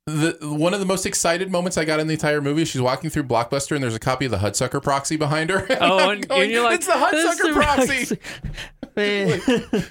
[SPEAKER 4] The one of the most excited moments I got in the entire movie. She's walking through Blockbuster and there's a copy of the Hudsucker Proxy behind her.
[SPEAKER 3] Oh,
[SPEAKER 4] I'm
[SPEAKER 3] and,
[SPEAKER 4] going,
[SPEAKER 3] and you're like,
[SPEAKER 4] it's the
[SPEAKER 3] "That's
[SPEAKER 4] Hudsucker
[SPEAKER 3] the
[SPEAKER 4] Proxy.
[SPEAKER 3] Proxy." Man.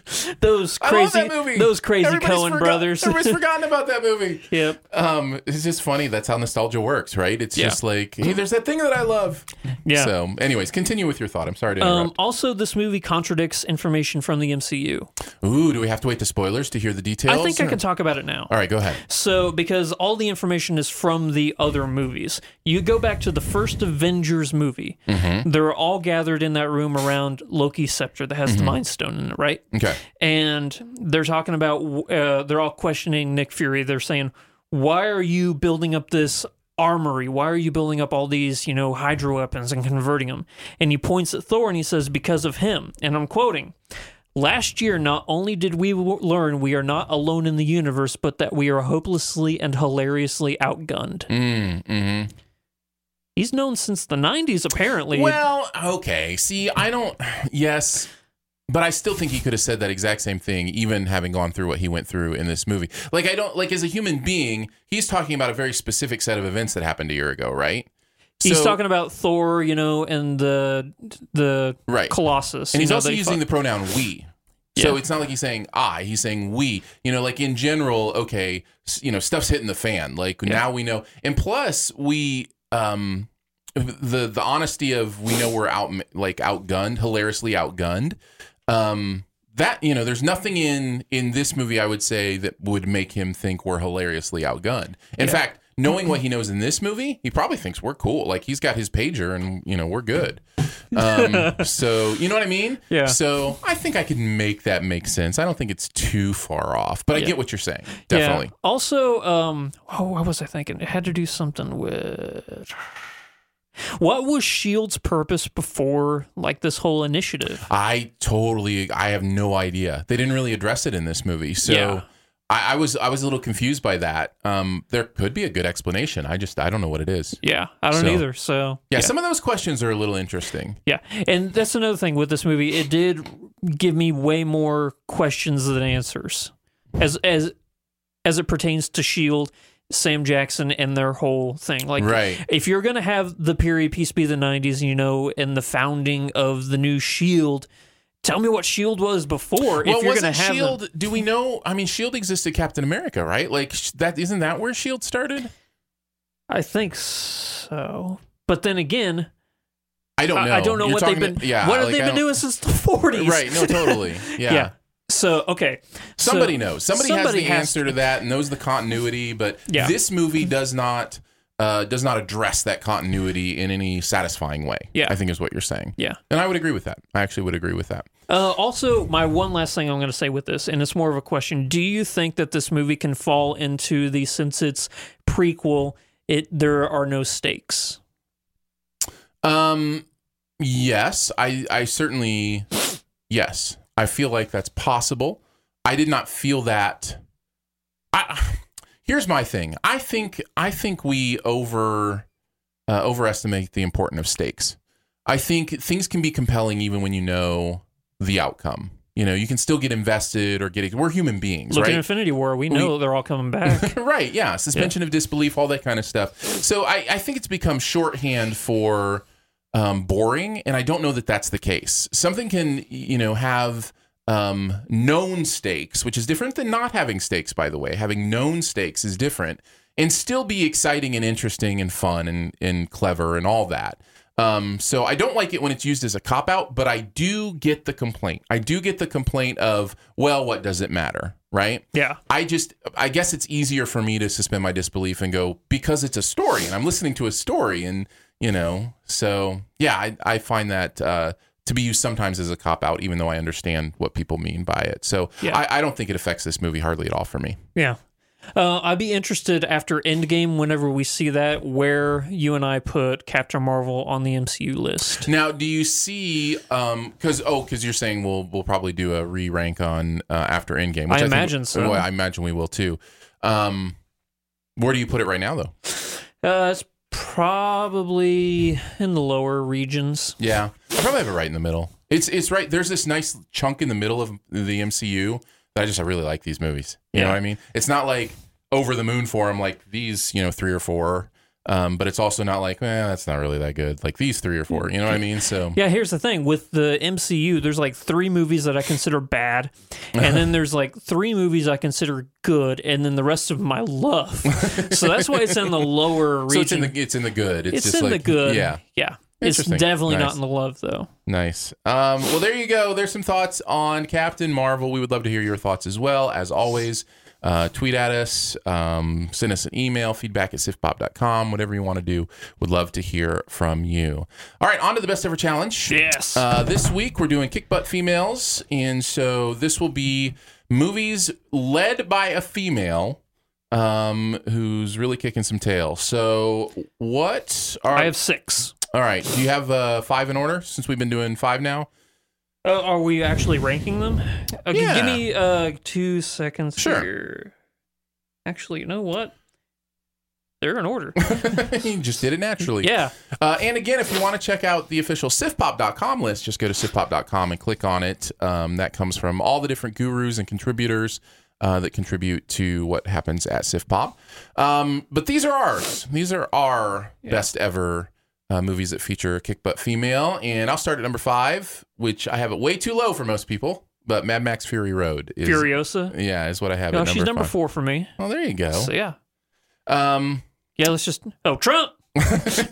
[SPEAKER 3] those
[SPEAKER 4] I love
[SPEAKER 3] crazy,
[SPEAKER 4] that movie.
[SPEAKER 3] those crazy
[SPEAKER 4] Everybody's
[SPEAKER 3] Cohen
[SPEAKER 4] forgot-
[SPEAKER 3] brothers.
[SPEAKER 4] Everybody's forgotten about that movie.
[SPEAKER 3] yep.
[SPEAKER 4] Um, it's just funny. That's how nostalgia works, right? It's
[SPEAKER 3] Yeah.
[SPEAKER 4] just like, hey, there's that thing that I love.
[SPEAKER 3] Yeah.
[SPEAKER 4] So, anyways, continue with your thought. I'm sorry to interrupt.
[SPEAKER 3] Um, also, this movie contradicts information from the MCU.
[SPEAKER 4] Ooh, do we have to wait to spoilers to hear the details?
[SPEAKER 3] I think I
[SPEAKER 4] or-
[SPEAKER 3] can talk about it now.
[SPEAKER 4] All right, go ahead.
[SPEAKER 3] So, because all the information is from the other movies, you go back to the first Avengers movie.
[SPEAKER 4] Mm-hmm.
[SPEAKER 3] They're all gathered in that room around Loki's scepter that has
[SPEAKER 4] Mm-hmm.
[SPEAKER 3] the Mind Stone in it, right?
[SPEAKER 4] Okay.
[SPEAKER 3] and they're talking about uh, they're all questioning Nick Fury. They're saying, "Why are you building up this armory? Why are you building up all these, you know, hydro weapons and converting them?" And he points at Thor and he says, "Because of him." And I'm quoting. Last year, not only did we w- learn we are not alone in the universe, but that we are hopelessly and hilariously outgunned.
[SPEAKER 4] Mm, mm-hmm.
[SPEAKER 3] He's known since the 90s, apparently.
[SPEAKER 4] Well, okay. See, I don't. Yes, but I still think he could have said that exact same thing, even having gone through what he went through in this movie. Like, I don't like as a human being, he's talking about a very specific set of events that happened a year ago, right?
[SPEAKER 3] He's
[SPEAKER 4] So-
[SPEAKER 3] talking about Thor, you know, and the the
[SPEAKER 4] Right.
[SPEAKER 3] Colossus,
[SPEAKER 4] and he's
[SPEAKER 3] you know,
[SPEAKER 4] also
[SPEAKER 3] they
[SPEAKER 4] using
[SPEAKER 3] fought-
[SPEAKER 4] the pronoun we. So
[SPEAKER 3] Yeah.
[SPEAKER 4] it's not like he's saying I. He's saying we. You know, like in general, okay, s- you know, stuff's hitting the fan. Like now we know, and plus we, um, the the honesty of we know we're out like outgunned, hilariously outgunned. Um, that you know, there's nothing in in this movie I would say that would make him think we're hilariously outgunned. In fact, knowing what he knows in this movie, he probably thinks we're cool. Like he's got his pager, and you know, we're good. Um, so you know what I mean?
[SPEAKER 3] Yeah.
[SPEAKER 4] So I think I can make that make sense. I don't think it's too far off, but I get what you're saying. Definitely.
[SPEAKER 3] Yeah. Also, um, oh, what was I thinking? It had to do something with what was Shield's purpose before like this whole initiative?
[SPEAKER 4] I totally. I have no idea. They didn't really address it in this movie, so.
[SPEAKER 3] Yeah.
[SPEAKER 4] I, I was I was a little confused by that. Um, there could be a good explanation. I just I don't know what it is.
[SPEAKER 3] Yeah, I don't
[SPEAKER 4] So-
[SPEAKER 3] either. So
[SPEAKER 4] Yeah, some of those questions are a little interesting.
[SPEAKER 3] yeah, and that's another thing with this movie. It did give me way more questions than answers, as as as it pertains to Shield, E Sam Jackson, and their whole thing. Like,
[SPEAKER 4] Right.
[SPEAKER 3] if you're gonna have the period piece be the '90s, you know, and the founding of the new Shield. E Tell me what Shield E was before. if you're
[SPEAKER 4] wasn't
[SPEAKER 3] gonna have them.
[SPEAKER 4] Shield? E Do we know? I E mean, Shield existed Captain America, right? Like sh- that isn't that where Shield E started?
[SPEAKER 3] I think so. But then again,
[SPEAKER 4] I don't know.
[SPEAKER 3] I, I don't know
[SPEAKER 4] You're
[SPEAKER 3] what they've
[SPEAKER 4] talking
[SPEAKER 3] been.
[SPEAKER 4] to- yeah,
[SPEAKER 3] what have
[SPEAKER 4] like,
[SPEAKER 3] they
[SPEAKER 4] I
[SPEAKER 3] been
[SPEAKER 4] don't-
[SPEAKER 3] doing since the forties?
[SPEAKER 4] Right. No. Totally. Yeah.
[SPEAKER 3] yeah. So okay. So-
[SPEAKER 4] Somebody knows. Somebody,
[SPEAKER 3] somebody
[SPEAKER 4] has the
[SPEAKER 3] has
[SPEAKER 4] answer to that and knows the continuity. But
[SPEAKER 3] Yeah.
[SPEAKER 4] this movie does not uh, does not address that continuity in any satisfying way.
[SPEAKER 3] Yeah.
[SPEAKER 4] I think is what you're saying.
[SPEAKER 3] Yeah.
[SPEAKER 4] And I would agree with that. I actually would agree with that.
[SPEAKER 3] Uh, also, my one last thing I'm going to say with this, and it's more of a question: Do you think that this movie can fall into the since it's prequel, it there are no stakes?
[SPEAKER 4] Um, yes, I, I certainly, yes, I feel like that's possible. I did not feel that. I, here's my thing. I think I think we over uh, overestimate the importance of stakes. I think things can be compelling even when you know the outcome. You know, you can still get invested or get. We're human beings,
[SPEAKER 3] Look
[SPEAKER 4] right?
[SPEAKER 3] at Infinity War. We know they're all coming back.
[SPEAKER 4] right yeah suspension of disbelief all that kind of stuff so i, I think it's become shorthand for um, boring and i don't know that that's the case something can you know have um, known stakes which is different than not having stakes by the way having known stakes is different and still be exciting and interesting and fun and, and clever and all that um, so I don't like it when it's used as a cop out, but I do get the complaint. I do get the complaint of, well, what does it matter? Right?
[SPEAKER 3] Yeah.
[SPEAKER 4] I just, I guess it's easier for me to suspend my disbelief and go, because it's a story and I'm listening to a story. And, you know, so yeah, I, I find that uh, to be used sometimes as a cop out, even though I understand what people mean by it. So
[SPEAKER 3] Yeah.
[SPEAKER 4] I, I don't think it affects this movie hardly at all for me.
[SPEAKER 3] yeah. Uh, I'd be interested after Endgame, whenever we see that, where you and I put Captain Marvel on the MCU list.
[SPEAKER 4] Now, do you see? Um, because oh, because you're saying we'll we'll probably do a re rank on uh, after Endgame.
[SPEAKER 3] I
[SPEAKER 4] think-
[SPEAKER 3] imagine so.
[SPEAKER 4] well, I imagine we will too. Um, where do you put it right now, though?
[SPEAKER 3] Uh, it's probably in the lower regions.
[SPEAKER 4] Yeah, I probably have it right in the middle. It's it's right. There's this nice chunk in the middle of the MCU that I just I really like these movies. You know
[SPEAKER 3] Yeah.
[SPEAKER 4] what I mean? It's not like over the moon for them like these, you know, three or four. Um, but it's also not like, eh, that's not really that good. Like these three or four. You know what I mean? So
[SPEAKER 3] Yeah, here's the thing with the MCU, there's like three movies that I consider bad, and then there's like three movies I consider good, and then the rest of my love. so that's why it's in the lower region.
[SPEAKER 4] So it's in the it's in the good. It's,
[SPEAKER 3] It's
[SPEAKER 4] just
[SPEAKER 3] in the
[SPEAKER 4] like,
[SPEAKER 3] good.
[SPEAKER 4] Yeah.
[SPEAKER 3] Yeah. It's
[SPEAKER 4] Interesting.
[SPEAKER 3] definitely
[SPEAKER 4] Nice.
[SPEAKER 3] not in the love, though.
[SPEAKER 4] Nice. Um, well, there you go. There's some thoughts on Captain Marvel. We would love to hear your thoughts as well. As always, uh, tweet at us, um, send us an email, feedback at sifpop.com, whatever you want to do. Would love to hear from you. All right, on to the best ever challenge.
[SPEAKER 3] Yes.
[SPEAKER 4] Uh, this week we're doing kick butt females, and so this will be movies led by a female um, who's really kicking some tail. So what are
[SPEAKER 3] I have six.
[SPEAKER 4] all right. Do you have uh, five in order since we've been doing five now?
[SPEAKER 3] Uh, are we actually ranking them? Okay,
[SPEAKER 4] Yeah.
[SPEAKER 3] Give me uh, two seconds
[SPEAKER 4] Sure.
[SPEAKER 3] here. Actually, you know what? They're in order.
[SPEAKER 4] you just did it naturally.
[SPEAKER 3] yeah.
[SPEAKER 4] Uh, and again, if you want to check out the official SifPop.com list, just go to SifPop.com and click on it. Um, that comes from all the different gurus and contributors uh, that contribute to what happens at SifPop. Um, but these are ours. These are our best ever uh, movies that feature a kick butt female. And I'll start at number five, which I have it way too low for most people. But Mad Max Fury Road is
[SPEAKER 3] Furiosa.
[SPEAKER 4] yeah is what I have.
[SPEAKER 3] No,
[SPEAKER 4] at
[SPEAKER 3] she's number
[SPEAKER 4] five. Oh.
[SPEAKER 3] four for me.
[SPEAKER 4] Well, there you go.
[SPEAKER 3] So, yeah.
[SPEAKER 4] Um,
[SPEAKER 3] Yeah, let's just. Oh, Trump!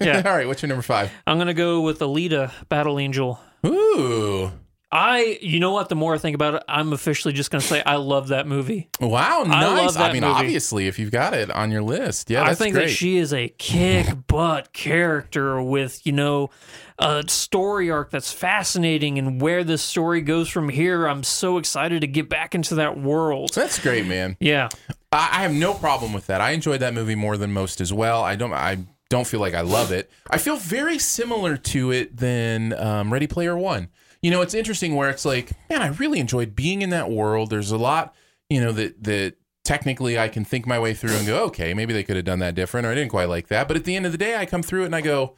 [SPEAKER 3] Yeah.
[SPEAKER 4] All right. What's your number five?
[SPEAKER 3] I'm going to go with Alita, Battle Angel.
[SPEAKER 4] Ooh.
[SPEAKER 3] I, you know what? The more I think about it, I'm officially just going to say I love that movie.
[SPEAKER 4] Wow. Nice. I,
[SPEAKER 3] love that
[SPEAKER 4] mean,
[SPEAKER 3] movie.
[SPEAKER 4] obviously, if you've got it on your list, yeah,
[SPEAKER 3] I
[SPEAKER 4] that's
[SPEAKER 3] think
[SPEAKER 4] great.
[SPEAKER 3] that she is a kick butt character with, you know, a story arc that's fascinating and where this story goes from here. I'm so excited to get back into that world.
[SPEAKER 4] that's great, man.
[SPEAKER 3] Yeah.
[SPEAKER 4] I, I have no problem with that. I enjoyed that movie more than most as well. I don't. I don't feel like I love it. I feel very similar to it than um, Ready Player One. You know, it's interesting where it's like, man, I really enjoyed being in that world. There's a lot, you know, that that technically I can think my way through and go, okay, maybe they could have done that different, or I didn't quite like that. But at the end of the day, I come through it and I go.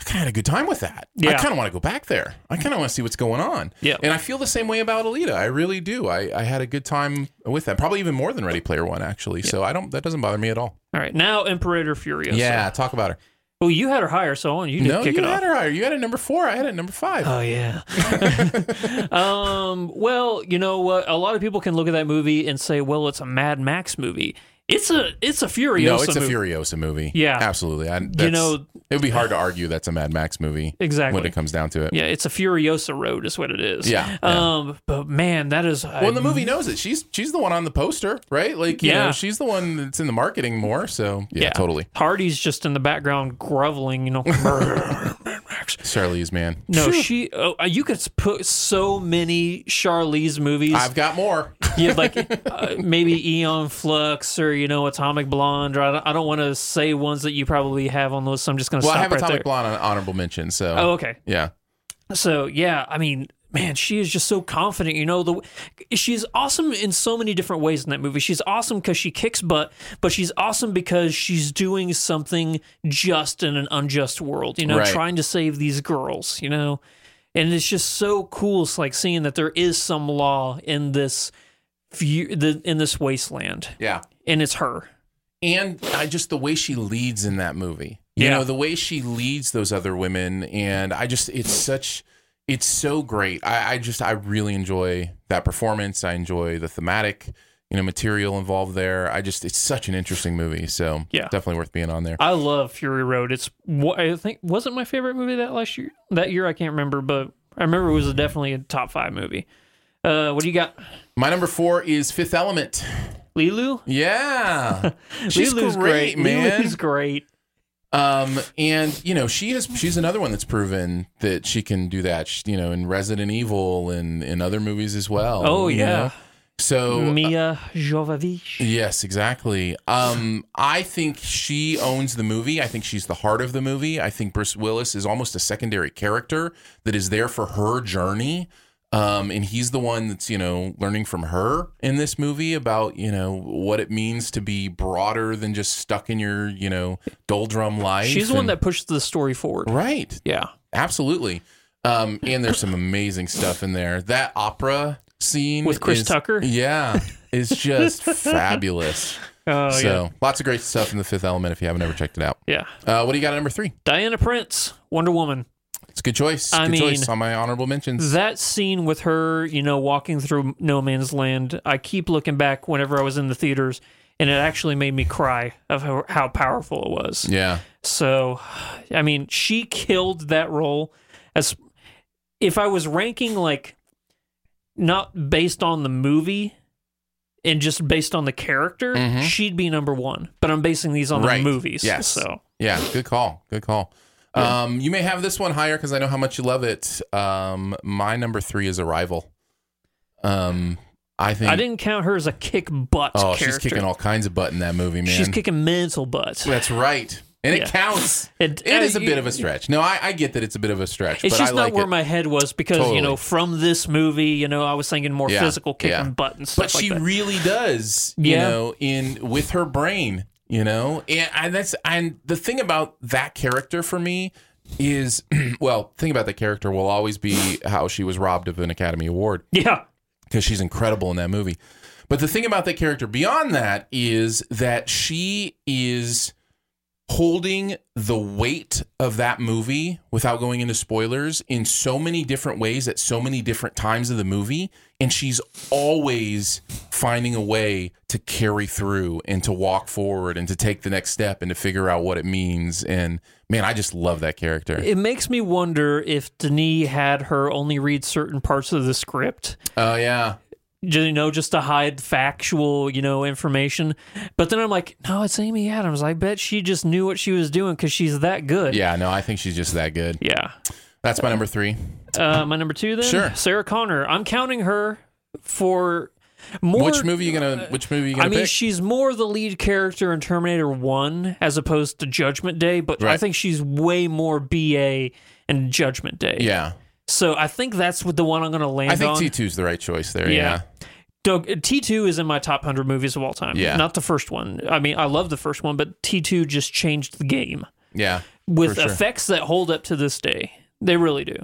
[SPEAKER 4] I kind of had a good time with that. I
[SPEAKER 3] Yeah.
[SPEAKER 4] kind of want to go back there. I kind of want to see what's going on.
[SPEAKER 3] Yeah.
[SPEAKER 4] And I feel the same way about Alita. I really do. I, I had a good time with that. Probably even more than Ready Player One, actually. So I don't. That doesn't bother me at all.
[SPEAKER 3] All right. Now, Imperator Furiosa.
[SPEAKER 4] yeah. Talk about her.
[SPEAKER 3] Well, you had her higher, so I want you to
[SPEAKER 4] no,
[SPEAKER 3] kick
[SPEAKER 4] you
[SPEAKER 3] it off.
[SPEAKER 4] had her higher. You had it number four. I had it number five.
[SPEAKER 3] Oh yeah. um, well, you know what? A lot of people can look at that movie and say, "Well, it's a Mad Max movie." It's a it's a Furiosa.
[SPEAKER 4] no, it's a
[SPEAKER 3] movie.
[SPEAKER 4] Furiosa movie.
[SPEAKER 3] Yeah.
[SPEAKER 4] Absolutely. I, that's,
[SPEAKER 3] You know-
[SPEAKER 4] it would be hard to argue that's a Mad Max movie.
[SPEAKER 3] Exactly.
[SPEAKER 4] When it comes down to it.
[SPEAKER 3] Yeah, it's a Furiosa road, is what it is.
[SPEAKER 4] Yeah, yeah.
[SPEAKER 3] Um, but man, that is
[SPEAKER 4] Well, and the movie knows it. She's she's the one on the poster, right? Like, you
[SPEAKER 3] Yeah.
[SPEAKER 4] know, she's the one that's in the marketing more. So yeah. totally.
[SPEAKER 3] Hardy's just in the background groveling, you know.
[SPEAKER 4] Charlize, man.
[SPEAKER 3] no,
[SPEAKER 4] Phew.
[SPEAKER 3] she. Oh, you could put so many Charlize movies.
[SPEAKER 4] I've got more.
[SPEAKER 3] you have, like uh, maybe Eon Flux or you know Atomic Blonde. Or I don't, I don't want to say ones that you probably have on the list. So I'm just going to
[SPEAKER 4] Well,
[SPEAKER 3] stop
[SPEAKER 4] I
[SPEAKER 3] Oh,
[SPEAKER 4] have
[SPEAKER 3] right
[SPEAKER 4] Atomic
[SPEAKER 3] there.
[SPEAKER 4] Blonde on honorable mention. So
[SPEAKER 3] Oh, okay.
[SPEAKER 4] yeah.
[SPEAKER 3] So yeah, I mean, man, she is just so confident. You know, the she's awesome in so many different ways in that movie. She's awesome because she kicks butt, but she's awesome because she's doing something just in an unjust world. You know,
[SPEAKER 4] Right.
[SPEAKER 3] trying to save these girls. You know, and it's just so cool. It's like seeing that there is some law in this few, the, in this wasteland,
[SPEAKER 4] Yeah.
[SPEAKER 3] and it's her.
[SPEAKER 4] and I just the way she leads in that movie. You
[SPEAKER 3] Yeah.
[SPEAKER 4] know, the way she leads those other women and I just it's such it's so great. I, I just I really enjoy that performance. I enjoy the thematic, you know, material involved there. I just it's such an interesting movie. So
[SPEAKER 3] Yeah.
[SPEAKER 4] definitely worth being on there.
[SPEAKER 3] I love Fury Road. It's what I think wasn't my favorite movie that last year. That year I can't remember, but I remember it was definitely a top five movie. Uh, what do you got,
[SPEAKER 4] My number four is Fifth Element.
[SPEAKER 3] Lilu?
[SPEAKER 4] Yeah. She's
[SPEAKER 3] Lilu's
[SPEAKER 4] great, man.
[SPEAKER 3] Lilu's great.
[SPEAKER 4] Um, and you know, she is she's another one that's proven that she can do that. She, you know, in Resident Evil and in other movies as well.
[SPEAKER 3] Oh,
[SPEAKER 4] you
[SPEAKER 3] yeah.
[SPEAKER 4] know? So
[SPEAKER 3] Mia Jovovich.
[SPEAKER 4] Yes, exactly. Um, I think she owns the movie. I think she's the heart of the movie. I think Bruce Willis is almost a secondary character that is there for her journey. Um, and he's the one that's, you know, learning from her in this movie about, you know, what it means to be broader than just stuck in your, you know, doldrum life.
[SPEAKER 3] She's the one
[SPEAKER 4] and-
[SPEAKER 3] that pushed the story forward.
[SPEAKER 4] Right.
[SPEAKER 3] Yeah.
[SPEAKER 4] Absolutely. Um, and there's some amazing stuff in there. That opera scene
[SPEAKER 3] With Chris
[SPEAKER 4] is-
[SPEAKER 3] Tucker?
[SPEAKER 4] Yeah. Is just fabulous.
[SPEAKER 3] Oh
[SPEAKER 4] so lots of great stuff in the fifth element if you haven't ever checked it out.
[SPEAKER 3] yeah. Yeah.
[SPEAKER 4] Uh, what do you got at number three?
[SPEAKER 3] Diana Prince, Wonder Woman.
[SPEAKER 4] It's a good choice.
[SPEAKER 3] I
[SPEAKER 4] good
[SPEAKER 3] mean-
[SPEAKER 4] choice on my honorable mentions.
[SPEAKER 3] That scene with her, you know, walking through no man's land, I keep looking back whenever I was in the theaters, and it actually made me cry of how, how powerful it was.
[SPEAKER 4] Yeah.
[SPEAKER 3] So, I mean, she killed that role. As if I was ranking like not based on the movie and just based on the character,
[SPEAKER 4] Mhm.
[SPEAKER 3] she'd be number one. But I'm basing these on
[SPEAKER 4] Right.
[SPEAKER 3] the movies.
[SPEAKER 4] Yes.
[SPEAKER 3] So
[SPEAKER 4] Yeah. Good call. Good call. Um, you may have this one higher because I know how much you love it. Um, my number three is Arrival. Um, I think
[SPEAKER 3] I didn't count her as a kick butt
[SPEAKER 4] Oh,
[SPEAKER 3] character.
[SPEAKER 4] she's kicking all kinds of butt in that movie, man.
[SPEAKER 3] She's kicking mental butts.
[SPEAKER 4] That's right. And
[SPEAKER 3] Yeah.
[SPEAKER 4] it counts.
[SPEAKER 3] It- uh,
[SPEAKER 4] it is a
[SPEAKER 3] you-
[SPEAKER 4] bit of a stretch. No, I, I get that it's a bit of a stretch,
[SPEAKER 3] It's
[SPEAKER 4] but
[SPEAKER 3] just
[SPEAKER 4] I
[SPEAKER 3] not
[SPEAKER 4] like
[SPEAKER 3] where
[SPEAKER 4] it.
[SPEAKER 3] my head was because you know
[SPEAKER 4] Totally.
[SPEAKER 3] from this movie, you know, I was thinking more
[SPEAKER 4] Yeah,
[SPEAKER 3] physical kicking
[SPEAKER 4] yeah.
[SPEAKER 3] butt and stuff
[SPEAKER 4] but
[SPEAKER 3] like
[SPEAKER 4] she
[SPEAKER 3] that.
[SPEAKER 4] really does, you
[SPEAKER 3] Yeah.
[SPEAKER 4] know, in with her brain, you know, and, and that's and the thing about that character for me is, well, the thing about that character will always be how she was robbed of an Academy Award.
[SPEAKER 3] yeah.
[SPEAKER 4] because she's incredible in that movie. But the thing about that character beyond that is that she is holding the weight of that movie without going into spoilers in so many different ways at so many different times of the movie and she's always finding a way to carry through and to walk forward and to take the next step and to figure out what it means and man I just love that character.
[SPEAKER 3] It makes me wonder if Denis had her only read certain parts of the script,
[SPEAKER 4] Oh yeah.
[SPEAKER 3] ju- you know, just to hide factual, you know, information. But then I'm like, no, it's Amy Adams. I bet she just knew what she was doing because she's that good.
[SPEAKER 4] Yeah, no, I think she's just that good.
[SPEAKER 3] Yeah.
[SPEAKER 4] That's my number 3.
[SPEAKER 3] Uh, my number two then?
[SPEAKER 4] Sure.
[SPEAKER 3] Sarah Connor. I'm counting her for more.
[SPEAKER 4] which movie you gonna? Which movie you gonna
[SPEAKER 3] uh, I mean,
[SPEAKER 4] pick?
[SPEAKER 3] she's more the lead character in Terminator 1 as opposed to Judgment Day, but I
[SPEAKER 4] Right.
[SPEAKER 3] think she's way more BA in Judgment Day.
[SPEAKER 4] yeah,
[SPEAKER 3] So I think that's what the one I'm going to land
[SPEAKER 4] I think
[SPEAKER 3] on.
[SPEAKER 4] T two's the right choice there.
[SPEAKER 3] Yeah.
[SPEAKER 4] Yeah.
[SPEAKER 3] Doug, T2 is in my top 100 movies of all time.
[SPEAKER 4] Yeah.
[SPEAKER 3] Not the first one. I mean, I love the first one, but T2 just changed the game
[SPEAKER 4] yeah,
[SPEAKER 3] with
[SPEAKER 4] For sure.
[SPEAKER 3] effects that hold up to this day. They really do.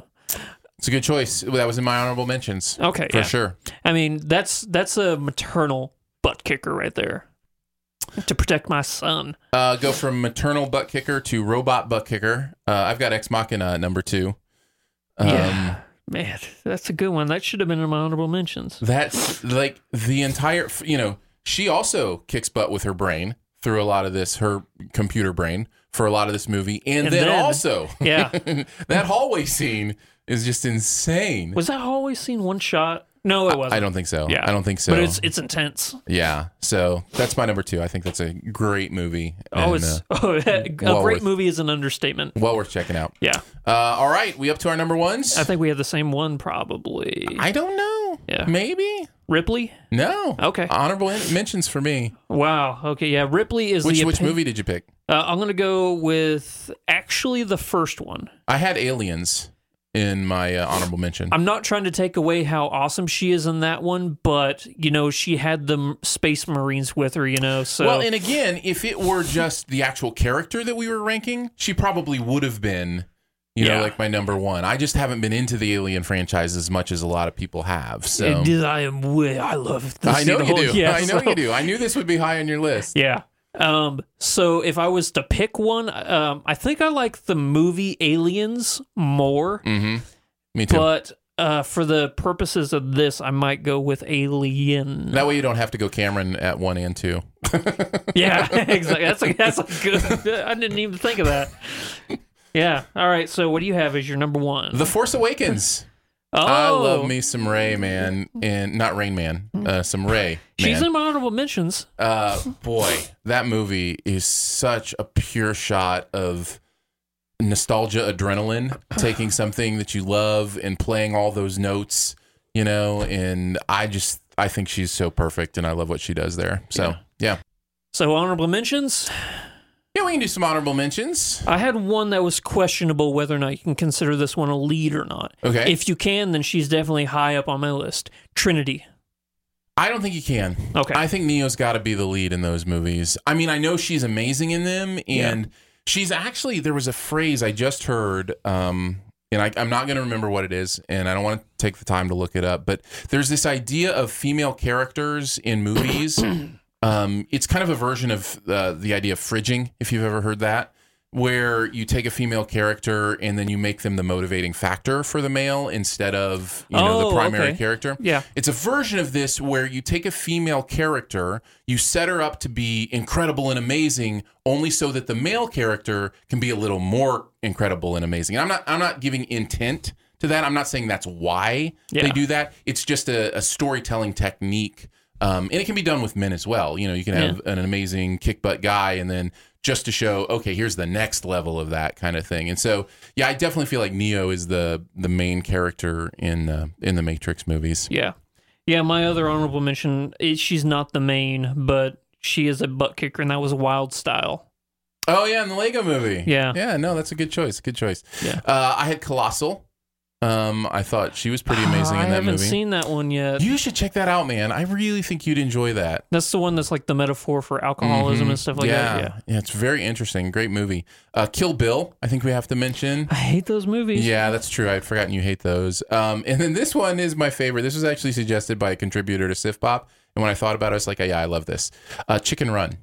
[SPEAKER 4] It's a good choice. That was in my honorable mentions.
[SPEAKER 3] Okay,
[SPEAKER 4] for
[SPEAKER 3] yeah.
[SPEAKER 4] sure.
[SPEAKER 3] I mean, that's that's a maternal butt kicker right there to protect my son.
[SPEAKER 4] Uh, go from maternal butt kicker to robot butt kicker. Uh, I've got Ex Machina at number two. Um,
[SPEAKER 3] Yeah. Man, that's a good one. That should have been in my honorable mentions.
[SPEAKER 4] That's like the entire. You know, she also kicks butt with her brain through a lot of this. Her computer brain for a lot of this movie, and,
[SPEAKER 3] And
[SPEAKER 4] then,
[SPEAKER 3] then-
[SPEAKER 4] also,
[SPEAKER 3] Yeah.
[SPEAKER 4] that hallway scene is just insane.
[SPEAKER 3] Was that always seen one shot? No, it wasn't.
[SPEAKER 4] I don't think so.
[SPEAKER 3] Yeah.
[SPEAKER 4] I don't think so.
[SPEAKER 3] But it's it's intense.
[SPEAKER 4] Yeah. So that's my number two. I think that's a great movie.
[SPEAKER 3] Oh,
[SPEAKER 4] and,
[SPEAKER 3] it's
[SPEAKER 4] uh,
[SPEAKER 3] oh, a
[SPEAKER 4] well
[SPEAKER 3] great
[SPEAKER 4] worth-
[SPEAKER 3] movie is an understatement.
[SPEAKER 4] well worth checking out.
[SPEAKER 3] Yeah.
[SPEAKER 4] Uh, all right. We up to our number ones?
[SPEAKER 3] I think we have the same one, probably.
[SPEAKER 4] I don't know.
[SPEAKER 3] Yeah.
[SPEAKER 4] Maybe.
[SPEAKER 3] Ripley.
[SPEAKER 4] No.
[SPEAKER 3] Okay.
[SPEAKER 4] Honorable en- mentions for me.
[SPEAKER 3] Wow. Okay. Yeah. Ripley is
[SPEAKER 4] Which
[SPEAKER 3] the
[SPEAKER 4] which
[SPEAKER 3] epi-
[SPEAKER 4] movie did you pick?
[SPEAKER 3] Uh, I'm gonna go with actually the first one.
[SPEAKER 4] I had Aliens. in my uh, honorable mention.
[SPEAKER 3] I'm not trying to take away how awesome she is in that one, but you know she had the m- space marines with her, you know. So
[SPEAKER 4] Well, and again, if it were just the actual character that we were ranking, she probably would have been, you
[SPEAKER 3] Yeah.
[SPEAKER 4] know, like my number one. I just haven't been into the Alien franchise as much as a lot of people have. So
[SPEAKER 3] And did I am way I love this.
[SPEAKER 4] I know
[SPEAKER 3] the
[SPEAKER 4] you
[SPEAKER 3] whole-
[SPEAKER 4] do.
[SPEAKER 3] Yeah,
[SPEAKER 4] I know
[SPEAKER 3] so-
[SPEAKER 4] you do. I knew this would be high on your list.
[SPEAKER 3] Yeah. Um, so if I was to pick one, um, I think I like the movie Aliens more,
[SPEAKER 4] Mm-hmm. Me too.
[SPEAKER 3] but uh, for the purposes of this, I might go with Alien.
[SPEAKER 4] that way you don't have to go Cameron at one and two.
[SPEAKER 3] yeah, exactly. That's a, that's a good. I didn't even think of that. Yeah. All right. So what do you have as your number one?
[SPEAKER 4] The Force Awakens.
[SPEAKER 3] oh,
[SPEAKER 4] I love me some Ray, man, and not Rain Man, uh, some Ray.
[SPEAKER 3] She's in my honorable mentions.
[SPEAKER 4] Uh, boy, that movie is such a pure shot of nostalgia adrenaline, taking something that you love and playing all those notes, you know. And I just, I think she's so perfect, and I love what she does there. So, yeah.
[SPEAKER 3] So honorable mentions.
[SPEAKER 4] Yeah, we can do some honorable mentions.
[SPEAKER 3] I had one that was questionable whether or not you can consider this one a lead or not.
[SPEAKER 4] Okay.
[SPEAKER 3] If you can, then she's definitely high up on my list. Trinity.
[SPEAKER 4] I don't think you can.
[SPEAKER 3] Okay.
[SPEAKER 4] I think Neo's got to be the lead in those movies. I mean, I know she's amazing in them, and she's actually there was a phrase I just heard, um, and I, I'm not going to remember what it is, and I don't want to take the time to look it up. But there's this idea of female characters in movies. um, it's kind of a version of uh, the idea of fridging, if you've ever heard that. Where you take a female character and then you make them the motivating factor for the male instead of you know
[SPEAKER 3] Oh,
[SPEAKER 4] the primary
[SPEAKER 3] okay.
[SPEAKER 4] character.
[SPEAKER 3] Yeah.
[SPEAKER 4] It's a version of this where you take a female character, you set her up to be incredible and amazing, only so that the male character can be a little more incredible and amazing. And I'm not I'm not giving intent to that. I'm not saying that's why
[SPEAKER 3] Yeah.
[SPEAKER 4] they do that. It's just a, a storytelling technique. Um, and it can be done with men as well. You know, you can have an amazing kick butt guy and then just to show, okay, here's the next level of that kind of thing. And so, yeah, I definitely feel like Neo is the the main character in uh, in the Matrix movies.
[SPEAKER 3] Yeah. Yeah, my other honorable mention is she's not the main, but she is a butt kicker, and that was wild style.
[SPEAKER 4] Oh yeah, in the Lego movie.
[SPEAKER 3] Yeah.
[SPEAKER 4] Yeah, no, that's a good choice. Good choice.
[SPEAKER 3] Yeah.
[SPEAKER 4] Uh, I had Colossal. Um, I thought she was pretty amazing
[SPEAKER 3] I
[SPEAKER 4] in that
[SPEAKER 3] haven't
[SPEAKER 4] movie.
[SPEAKER 3] seen that one yet.
[SPEAKER 4] you should check that out, man. I really think you'd enjoy that. Mm-hmm.
[SPEAKER 3] that's the one that's like the metaphor for alcoholism and stuff like
[SPEAKER 4] yeah.
[SPEAKER 3] that. Yeah.
[SPEAKER 4] yeah, it's very interesting. Great movie. Uh, Kill Bill, I think we have to mention.
[SPEAKER 3] I hate those movies.
[SPEAKER 4] Yeah, that's true. I'd forgotten you hate those. Um, and then this one is my favorite. This was actually suggested by a contributor to Sif Pop. And when I thought about it, I was like, yeah, I love this. Uh, Chicken Run.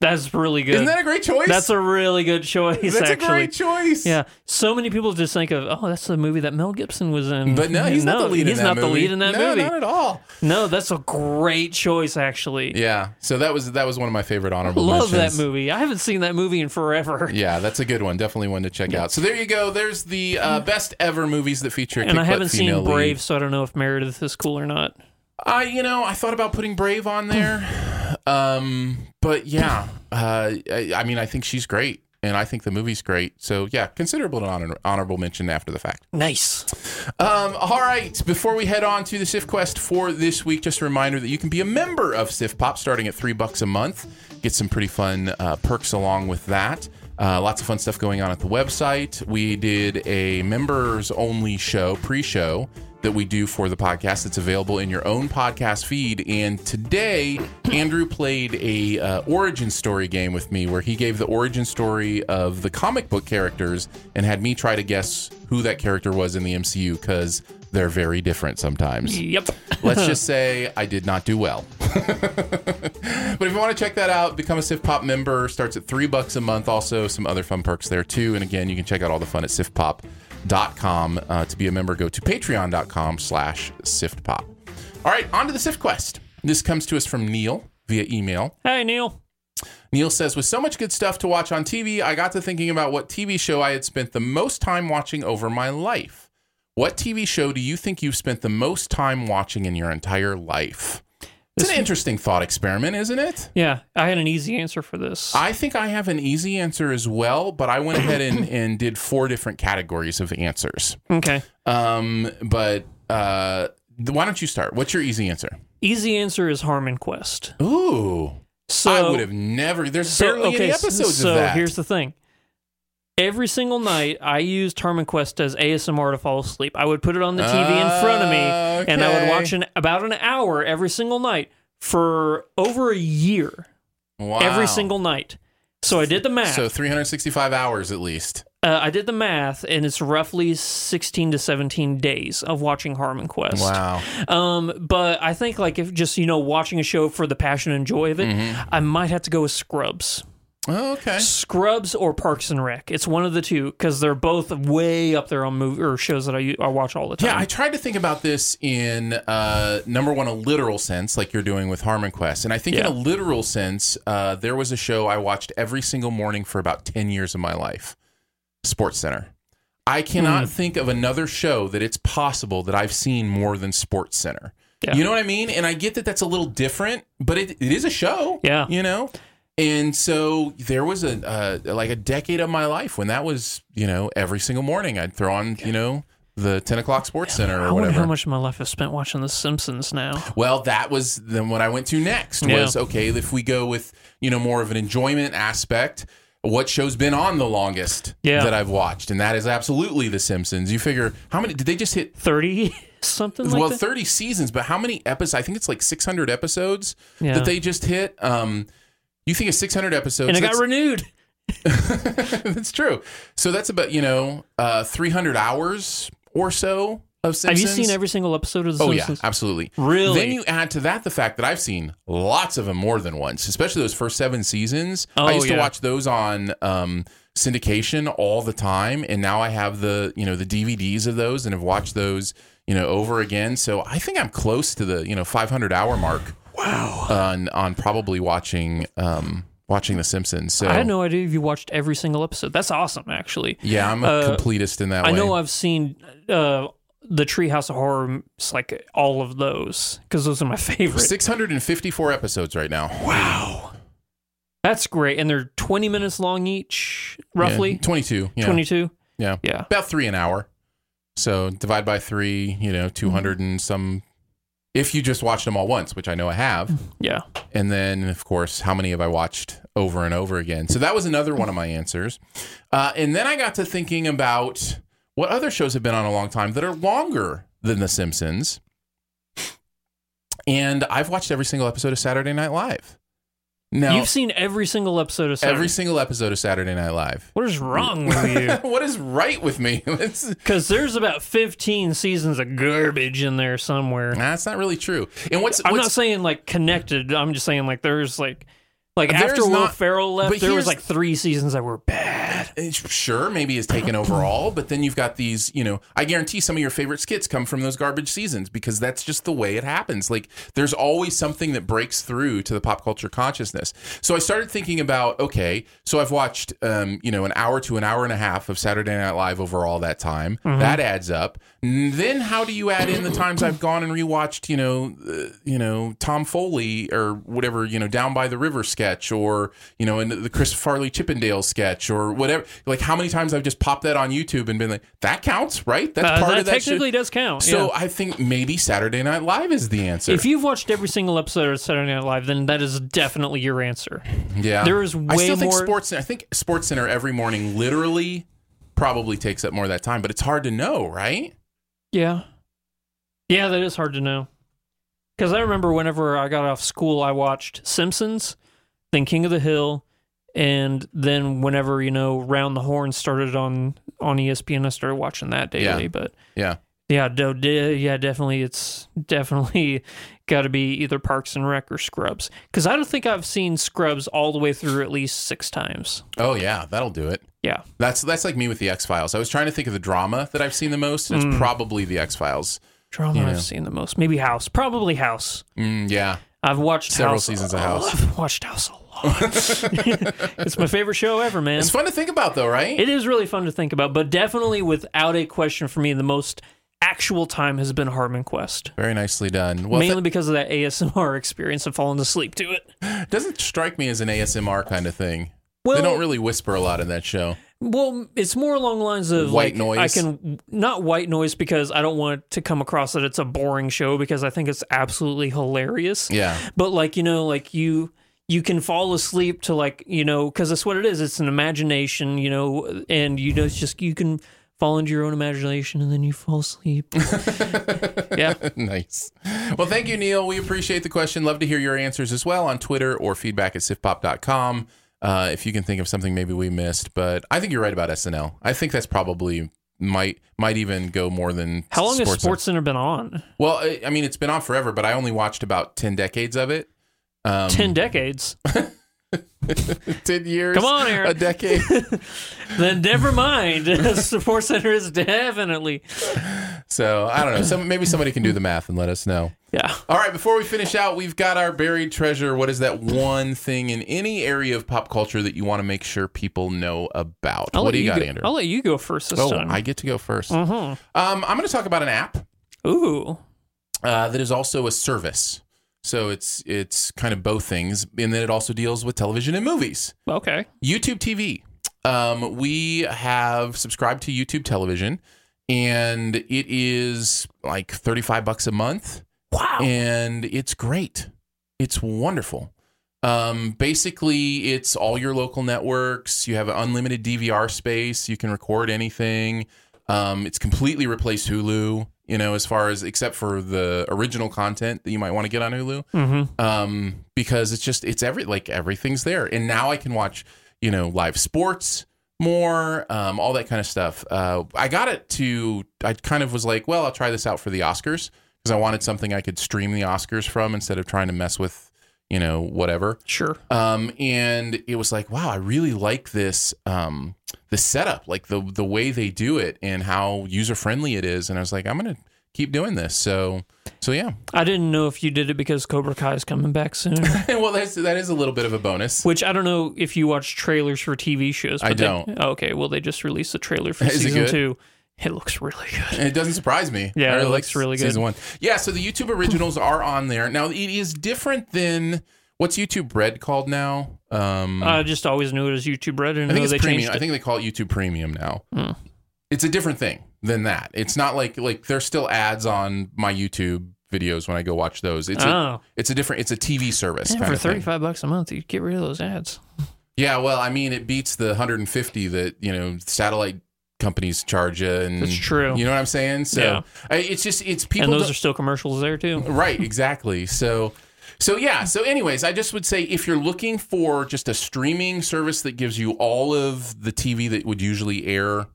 [SPEAKER 3] That's really good.
[SPEAKER 4] Isn't that a great choice?
[SPEAKER 3] that's a really good choice,
[SPEAKER 4] That's a
[SPEAKER 3] actually.
[SPEAKER 4] great choice.
[SPEAKER 3] Yeah, so many people just think of, oh, that's the movie that Mel Gibson was in.
[SPEAKER 4] But no, he's not the lead
[SPEAKER 3] He's
[SPEAKER 4] in that
[SPEAKER 3] not
[SPEAKER 4] movie.
[SPEAKER 3] the lead in that
[SPEAKER 4] no,
[SPEAKER 3] movie.
[SPEAKER 4] Not at all.
[SPEAKER 3] No, that's a great choice, actually.
[SPEAKER 4] Yeah. So that was that was one of my favorite honorable
[SPEAKER 3] Love
[SPEAKER 4] mentions.
[SPEAKER 3] that movie. I haven't seen that movie in forever.
[SPEAKER 4] Yeah, that's a good one. Definitely one to check out. So there you go. There's the uh, best ever movies that feature. A
[SPEAKER 3] and I
[SPEAKER 4] kick-butt
[SPEAKER 3] haven't
[SPEAKER 4] female
[SPEAKER 3] seen
[SPEAKER 4] lead.
[SPEAKER 3] Brave, so I don't know if Meredith is cool or not.
[SPEAKER 4] I you know I thought about putting Brave on there, um, but yeah, uh, I, I mean I think she's great, and I think the movie's great. So yeah, considerable honor- honorable mention after the fact.
[SPEAKER 3] Nice.
[SPEAKER 4] Um, all right, before we head on to the SIF Quest for this week, just a reminder that you can be a member of SIF Pop starting at three bucks a month. Get some pretty fun uh, perks along with that. Uh, lots of fun stuff going on at the website. We did a members only show, pre show, that we do for the podcast. It's available in your own podcast feed. And today, Andrew played a uh, origin story game with me, where he gave the origin story of the comic book characters and had me try to guess who that character was in the MCU because they're very different sometimes.
[SPEAKER 3] Yep.
[SPEAKER 4] Let's just say I did not do well. but if you want to check that out, become a Sif Pop member. Starts at three bucks a month. Also, some other fun perks there too. And again, you can check out all the fun at sifpop.com. Uh, to be a member, go to patreon.com slash siftpop. All right, on to the Sift Quest. This comes to us from Neil via email.
[SPEAKER 3] hey, Neil.
[SPEAKER 4] Neil says, with so much good stuff to watch on TV, I got to thinking about what TV show I had spent the most time watching over my life. What TV show do you think you've spent the most time watching in your entire life? It's an interesting thought experiment, isn't it?
[SPEAKER 3] Yeah, I had an easy answer for this.
[SPEAKER 4] I think I have an easy answer as well, but I went ahead and, and did four different categories of answers.
[SPEAKER 3] okay.
[SPEAKER 4] Um, but uh, th- why don't you start? What's your easy answer?
[SPEAKER 3] Easy answer is Harmon Quest.
[SPEAKER 4] Ooh,
[SPEAKER 3] So
[SPEAKER 4] I would have never. There's barely any
[SPEAKER 3] s-
[SPEAKER 4] episodes
[SPEAKER 3] so
[SPEAKER 4] of that.
[SPEAKER 3] here's the thing. Every single night, I used Harmon Quest as ASMR to fall asleep. I would put it on the TV in front of me, and I would
[SPEAKER 4] Okay.
[SPEAKER 3] watch an, about an hour every single night for over a year.
[SPEAKER 4] Wow.
[SPEAKER 3] Every single night. So I did the math.
[SPEAKER 4] So 365 hours at least.
[SPEAKER 3] uh, I did the math, and it's roughly 16 to 17 days of watching Harmon Quest.
[SPEAKER 4] Wow.
[SPEAKER 3] Um, but I think like if just you know watching a show for the passion and joy of it, I might have to go with Scrubs,
[SPEAKER 4] Oh, Mm-hmm. okay.
[SPEAKER 3] Scrubs or Parks and Rec. It's one of the two because they're both way up there on movie or shows that I, u- I watch all the time.
[SPEAKER 4] Yeah, I tried to think about this in uh, number one, a literal sense, like you're doing with Harmon Quest. And I think in
[SPEAKER 3] Yeah.
[SPEAKER 4] a literal sense, uh, there was a show I watched every single morning for about 10 years of my life Sports Center. I
[SPEAKER 3] Hmm.
[SPEAKER 4] cannot think of another show that it's possible that I've seen more than Sports Center.
[SPEAKER 3] Yeah.
[SPEAKER 4] You know what I mean? And I get that that's a little different, but it, it is a show.
[SPEAKER 3] Yeah.
[SPEAKER 4] You know? And so there was a uh, like a decade of my life when that was, you know, every single morning I'd throw on, you know, the 10 o'clock sports center
[SPEAKER 3] I
[SPEAKER 4] or
[SPEAKER 3] wonder
[SPEAKER 4] whatever.
[SPEAKER 3] how much of my life I've spent watching The Simpsons now.
[SPEAKER 4] Well, that was then what I went to next
[SPEAKER 3] Yeah.
[SPEAKER 4] was okay. If we go with you know more of an enjoyment aspect, what show's been on the longest
[SPEAKER 3] Yeah.
[SPEAKER 4] that I've watched, and that is absolutely The Simpsons. You figure how many did they just hit?
[SPEAKER 3] Thirty something like
[SPEAKER 4] well,
[SPEAKER 3] that.
[SPEAKER 4] thirty seasons, but how many episodes? I think it's like six hundred episodes
[SPEAKER 3] Yeah.
[SPEAKER 4] that they just hit. Um, you think it's six hundred episodes?
[SPEAKER 3] and it got
[SPEAKER 4] that's-
[SPEAKER 3] renewed.
[SPEAKER 4] that's true. So that's about you know uh, three hundred hours or so of
[SPEAKER 3] Have
[SPEAKER 4] Simpsons.
[SPEAKER 3] you seen every single episode of The
[SPEAKER 4] Oh yeah,
[SPEAKER 3] Simpsons?
[SPEAKER 4] absolutely.
[SPEAKER 3] Really?
[SPEAKER 4] Then you add to that the fact that I've seen lots of them more than once, especially those first seven seasons.
[SPEAKER 3] Oh,
[SPEAKER 4] I used
[SPEAKER 3] yeah.
[SPEAKER 4] to watch those on um, syndication all the time, and now I have the you know the DVDs of those and have watched those you know over again. So I think I'm close to the you know 500 hour mark. Wow. On on probably watching um, watching The Simpsons. So
[SPEAKER 3] I had no idea if you watched every single episode. That's awesome, actually.
[SPEAKER 4] yeah, I'm a
[SPEAKER 3] Uh,
[SPEAKER 4] completist in that
[SPEAKER 3] I
[SPEAKER 4] way.
[SPEAKER 3] know I've seen uh, the Treehouse of Horror, it's like all of those, because those are my favorite.
[SPEAKER 4] 654 episodes right now.
[SPEAKER 3] That's great, and they're twenty minutes long each,
[SPEAKER 4] Yeah,
[SPEAKER 3] roughly
[SPEAKER 4] 22. Yeah.
[SPEAKER 3] twenty-two.
[SPEAKER 4] Yeah.
[SPEAKER 3] Yeah.
[SPEAKER 4] About three an hour. So divide by three, you know, 200 and some. If you just watched them all once, which I know I have.
[SPEAKER 3] Yeah,
[SPEAKER 4] And then, of course, how many have I watched over and over again? So that was another one of my answers. Uh, and then I got to thinking about what other shows have been on a long time that are longer than The Simpsons. And I've watched every single episode of Saturday Night Live. Now,
[SPEAKER 3] you've seen every single episode of Saturday.
[SPEAKER 4] every single episode of Saturday Night Live.
[SPEAKER 3] What is wrong with you?
[SPEAKER 4] what is right with me? It's-
[SPEAKER 3] Because there's about fifteen seasons of garbage in there somewhere.
[SPEAKER 4] Nah, that's not really true. And what's
[SPEAKER 3] I'm
[SPEAKER 4] what's,
[SPEAKER 3] not saying like connected. I'm just saying like there's like like
[SPEAKER 4] There's
[SPEAKER 3] after Will
[SPEAKER 4] not-
[SPEAKER 3] Ferrell left,
[SPEAKER 4] but
[SPEAKER 3] there was
[SPEAKER 4] here's-
[SPEAKER 3] like three seasons that were bad.
[SPEAKER 4] uh, sure maybe is taken overall, but then you've got these. You know, I guarantee some of your favorite skits come from those garbage seasons because that's just the way it happens. Like there's always something that breaks through to the pop culture consciousness. So I started thinking about okay, so I've watched um, you know an hour to an hour and a half of Saturday Night Live over all that time. That adds up. N- Then how do you add in the times I've gone and rewatched you know uh, you know Tom Foley or whatever you know Down by the River sketch or you know and the Chris Farley Chippendale sketch or whatever. Like how many times I've just popped that on YouTube and been like that counts right? That's
[SPEAKER 3] Uh,
[SPEAKER 4] part
[SPEAKER 3] that
[SPEAKER 4] of that. shit.
[SPEAKER 3] technically does count.
[SPEAKER 4] So
[SPEAKER 3] yeah.
[SPEAKER 4] I think maybe Saturday Night Live is the answer.
[SPEAKER 3] If you've watched every single episode of Saturday Night Live, then that is definitely your answer.
[SPEAKER 4] Yeah,
[SPEAKER 3] There is
[SPEAKER 4] I
[SPEAKER 3] way
[SPEAKER 4] still think
[SPEAKER 3] more-
[SPEAKER 4] Sports. I think Sports Center every morning literally probably takes up more of that time, but it's hard to know, right?
[SPEAKER 3] Yeah. Yeah, that is hard to know. Because I remember whenever I got off school, I watched Simpsons, then King of the Hill, and then whenever, you know, Round the Horn started on, on E ESPN, I started watching that daily.
[SPEAKER 4] Yeah.
[SPEAKER 3] But
[SPEAKER 4] Yeah,
[SPEAKER 3] yeah, do, de- yeah, definitely. It's definitely got to be either Parks and Rec or Scrubs. Because I don't think I've seen Scrubs all the way through at least six times.
[SPEAKER 4] Oh yeah, that'll do it.
[SPEAKER 3] Yeah.
[SPEAKER 4] That's that's like me with the X Files. I was trying to think of the drama that I've seen the most, and
[SPEAKER 3] Hmm.
[SPEAKER 4] it's probably the X Files.
[SPEAKER 3] Drama I've seen the most. Maybe House. Probably House.
[SPEAKER 4] Mm, yeah,
[SPEAKER 3] I've watched
[SPEAKER 4] Several
[SPEAKER 3] House
[SPEAKER 4] seasons
[SPEAKER 3] a-
[SPEAKER 4] of House.
[SPEAKER 3] I've watched House a lot. it's my favorite show ever, man.
[SPEAKER 4] it's fun to think about though, right?
[SPEAKER 3] It is really fun to think about, but definitely without a question for me, the most actual time has been Harmon Quest.
[SPEAKER 4] Very nicely done. Well,
[SPEAKER 3] Mainly because of that ASMR experience and falling asleep to it.
[SPEAKER 4] that doesn't strike me as an ASMR kind of thing.
[SPEAKER 3] Well,
[SPEAKER 4] they don't really whisper a lot in that show.
[SPEAKER 3] well, it's more along the lines of like,
[SPEAKER 4] White noise.
[SPEAKER 3] I can not white noise because I don't want to come across that it's a boring show because I think it's absolutely hilarious.
[SPEAKER 4] Yeah.
[SPEAKER 3] But like you know, like you you can fall asleep to like you know because that's what it is it's an imagination you know and you know it's just you can fall into your own imagination and then you fall asleep yeah
[SPEAKER 4] nice. Well, thank you, Neil. We appreciate the question. Love to hear your answers as well on Twitter or feedback at sifpop.com. Uh, if you can think of something maybe we missed, but I think you're right about SNL. I think that's probably might might even go more than
[SPEAKER 3] how long
[SPEAKER 4] SportsCenter.
[SPEAKER 3] has sports center been on
[SPEAKER 4] Well, I, I mean, it's been on forever, but I only watched about ten decades of it. Um,
[SPEAKER 3] 10 decades
[SPEAKER 4] Ten years.
[SPEAKER 3] Come on, Aaron.
[SPEAKER 4] A decade.
[SPEAKER 3] then never mind sports center is definitely
[SPEAKER 4] so I don't know. Some maybe somebody can do the math and let us know.
[SPEAKER 3] yeah
[SPEAKER 4] All right, before we finish out, we've got our buried treasure. What is that one thing in any area of pop culture that you want to make sure people know about?
[SPEAKER 3] I'll
[SPEAKER 4] what
[SPEAKER 3] let
[SPEAKER 4] do you, got,
[SPEAKER 3] go-
[SPEAKER 4] Andrew?
[SPEAKER 3] i'll let you Mm-hmm. go first this
[SPEAKER 4] oh,
[SPEAKER 3] time
[SPEAKER 4] I get to go 1st Um, I'm going to talk about an app
[SPEAKER 3] ooh
[SPEAKER 4] uh, that is also a service. So it's it's kind of both things, and then it also deals with television and movies.
[SPEAKER 3] okay
[SPEAKER 4] YouTube TV. Um, we have subscribed to YouTube Television, and it is like thirty-five bucks a month. Wow! And it's great. It's wonderful. Um, basically, it's all your local networks. You have unlimited DVR space. You can record anything. Um, it's completely replaced Hulu. You know, as far as except for the original content that you might want to get on Hulu um, because it's just it's every like everything's there, and now I can watch you know live sports more, um, all that kind of stuff. Uh, I got it to I kind of was like, well, I'll try this out for the Oscars because I wanted something I could stream the Oscars from instead of trying to mess with you know whatever.
[SPEAKER 3] sure
[SPEAKER 4] Um, and it was like, wow, I really like this um the setup, like the the way they do it and how user friendly it is. And I was like, I'm gonna keep doing this. So so yeah.
[SPEAKER 3] i didn't know if you did it because cobra kai is coming back soon
[SPEAKER 4] well that's that is a little bit of a bonus.
[SPEAKER 3] Which I don't know if you watch trailers for TV shows.
[SPEAKER 4] I
[SPEAKER 3] But they- Oh,
[SPEAKER 4] don't.
[SPEAKER 3] okay, well they just released the trailer for
[SPEAKER 4] Is it
[SPEAKER 3] season
[SPEAKER 4] good?
[SPEAKER 3] two. It looks really good.
[SPEAKER 4] It doesn't surprise me.
[SPEAKER 3] Yeah,
[SPEAKER 4] I
[SPEAKER 3] it
[SPEAKER 4] really
[SPEAKER 3] looks
[SPEAKER 4] liked
[SPEAKER 3] really good.
[SPEAKER 4] Season one. Yeah, so the YouTube originals are on there now. It is different than what's YouTube Red called now. Um,
[SPEAKER 3] I just always knew it as YouTube Red, and know
[SPEAKER 4] I think
[SPEAKER 3] Uh, they
[SPEAKER 4] it's premium.
[SPEAKER 3] changed
[SPEAKER 4] I
[SPEAKER 3] it. Hmm.
[SPEAKER 4] think they call it YouTube Premium now. It's a different thing than that. It's not like like there's still ads on my YouTube videos when I go watch those. It's
[SPEAKER 3] Oh.
[SPEAKER 4] a, it's a different. It's a TV service.
[SPEAKER 3] Yeah,
[SPEAKER 4] kind
[SPEAKER 3] for
[SPEAKER 4] of thing.
[SPEAKER 3] thirty five bucks a month, you get rid of those ads.
[SPEAKER 4] Yeah, well, I mean, it beats the 150 that you know satellite companies charge you. And
[SPEAKER 3] That's true.
[SPEAKER 4] You know what I'm saying? So
[SPEAKER 3] Yeah.
[SPEAKER 4] I, it's just it's people.
[SPEAKER 3] and those
[SPEAKER 4] don't-
[SPEAKER 3] are still commercials there too.
[SPEAKER 4] right exactly so so yeah so anyways i just would say if you're looking for just a streaming service that gives you all of the tv that would usually air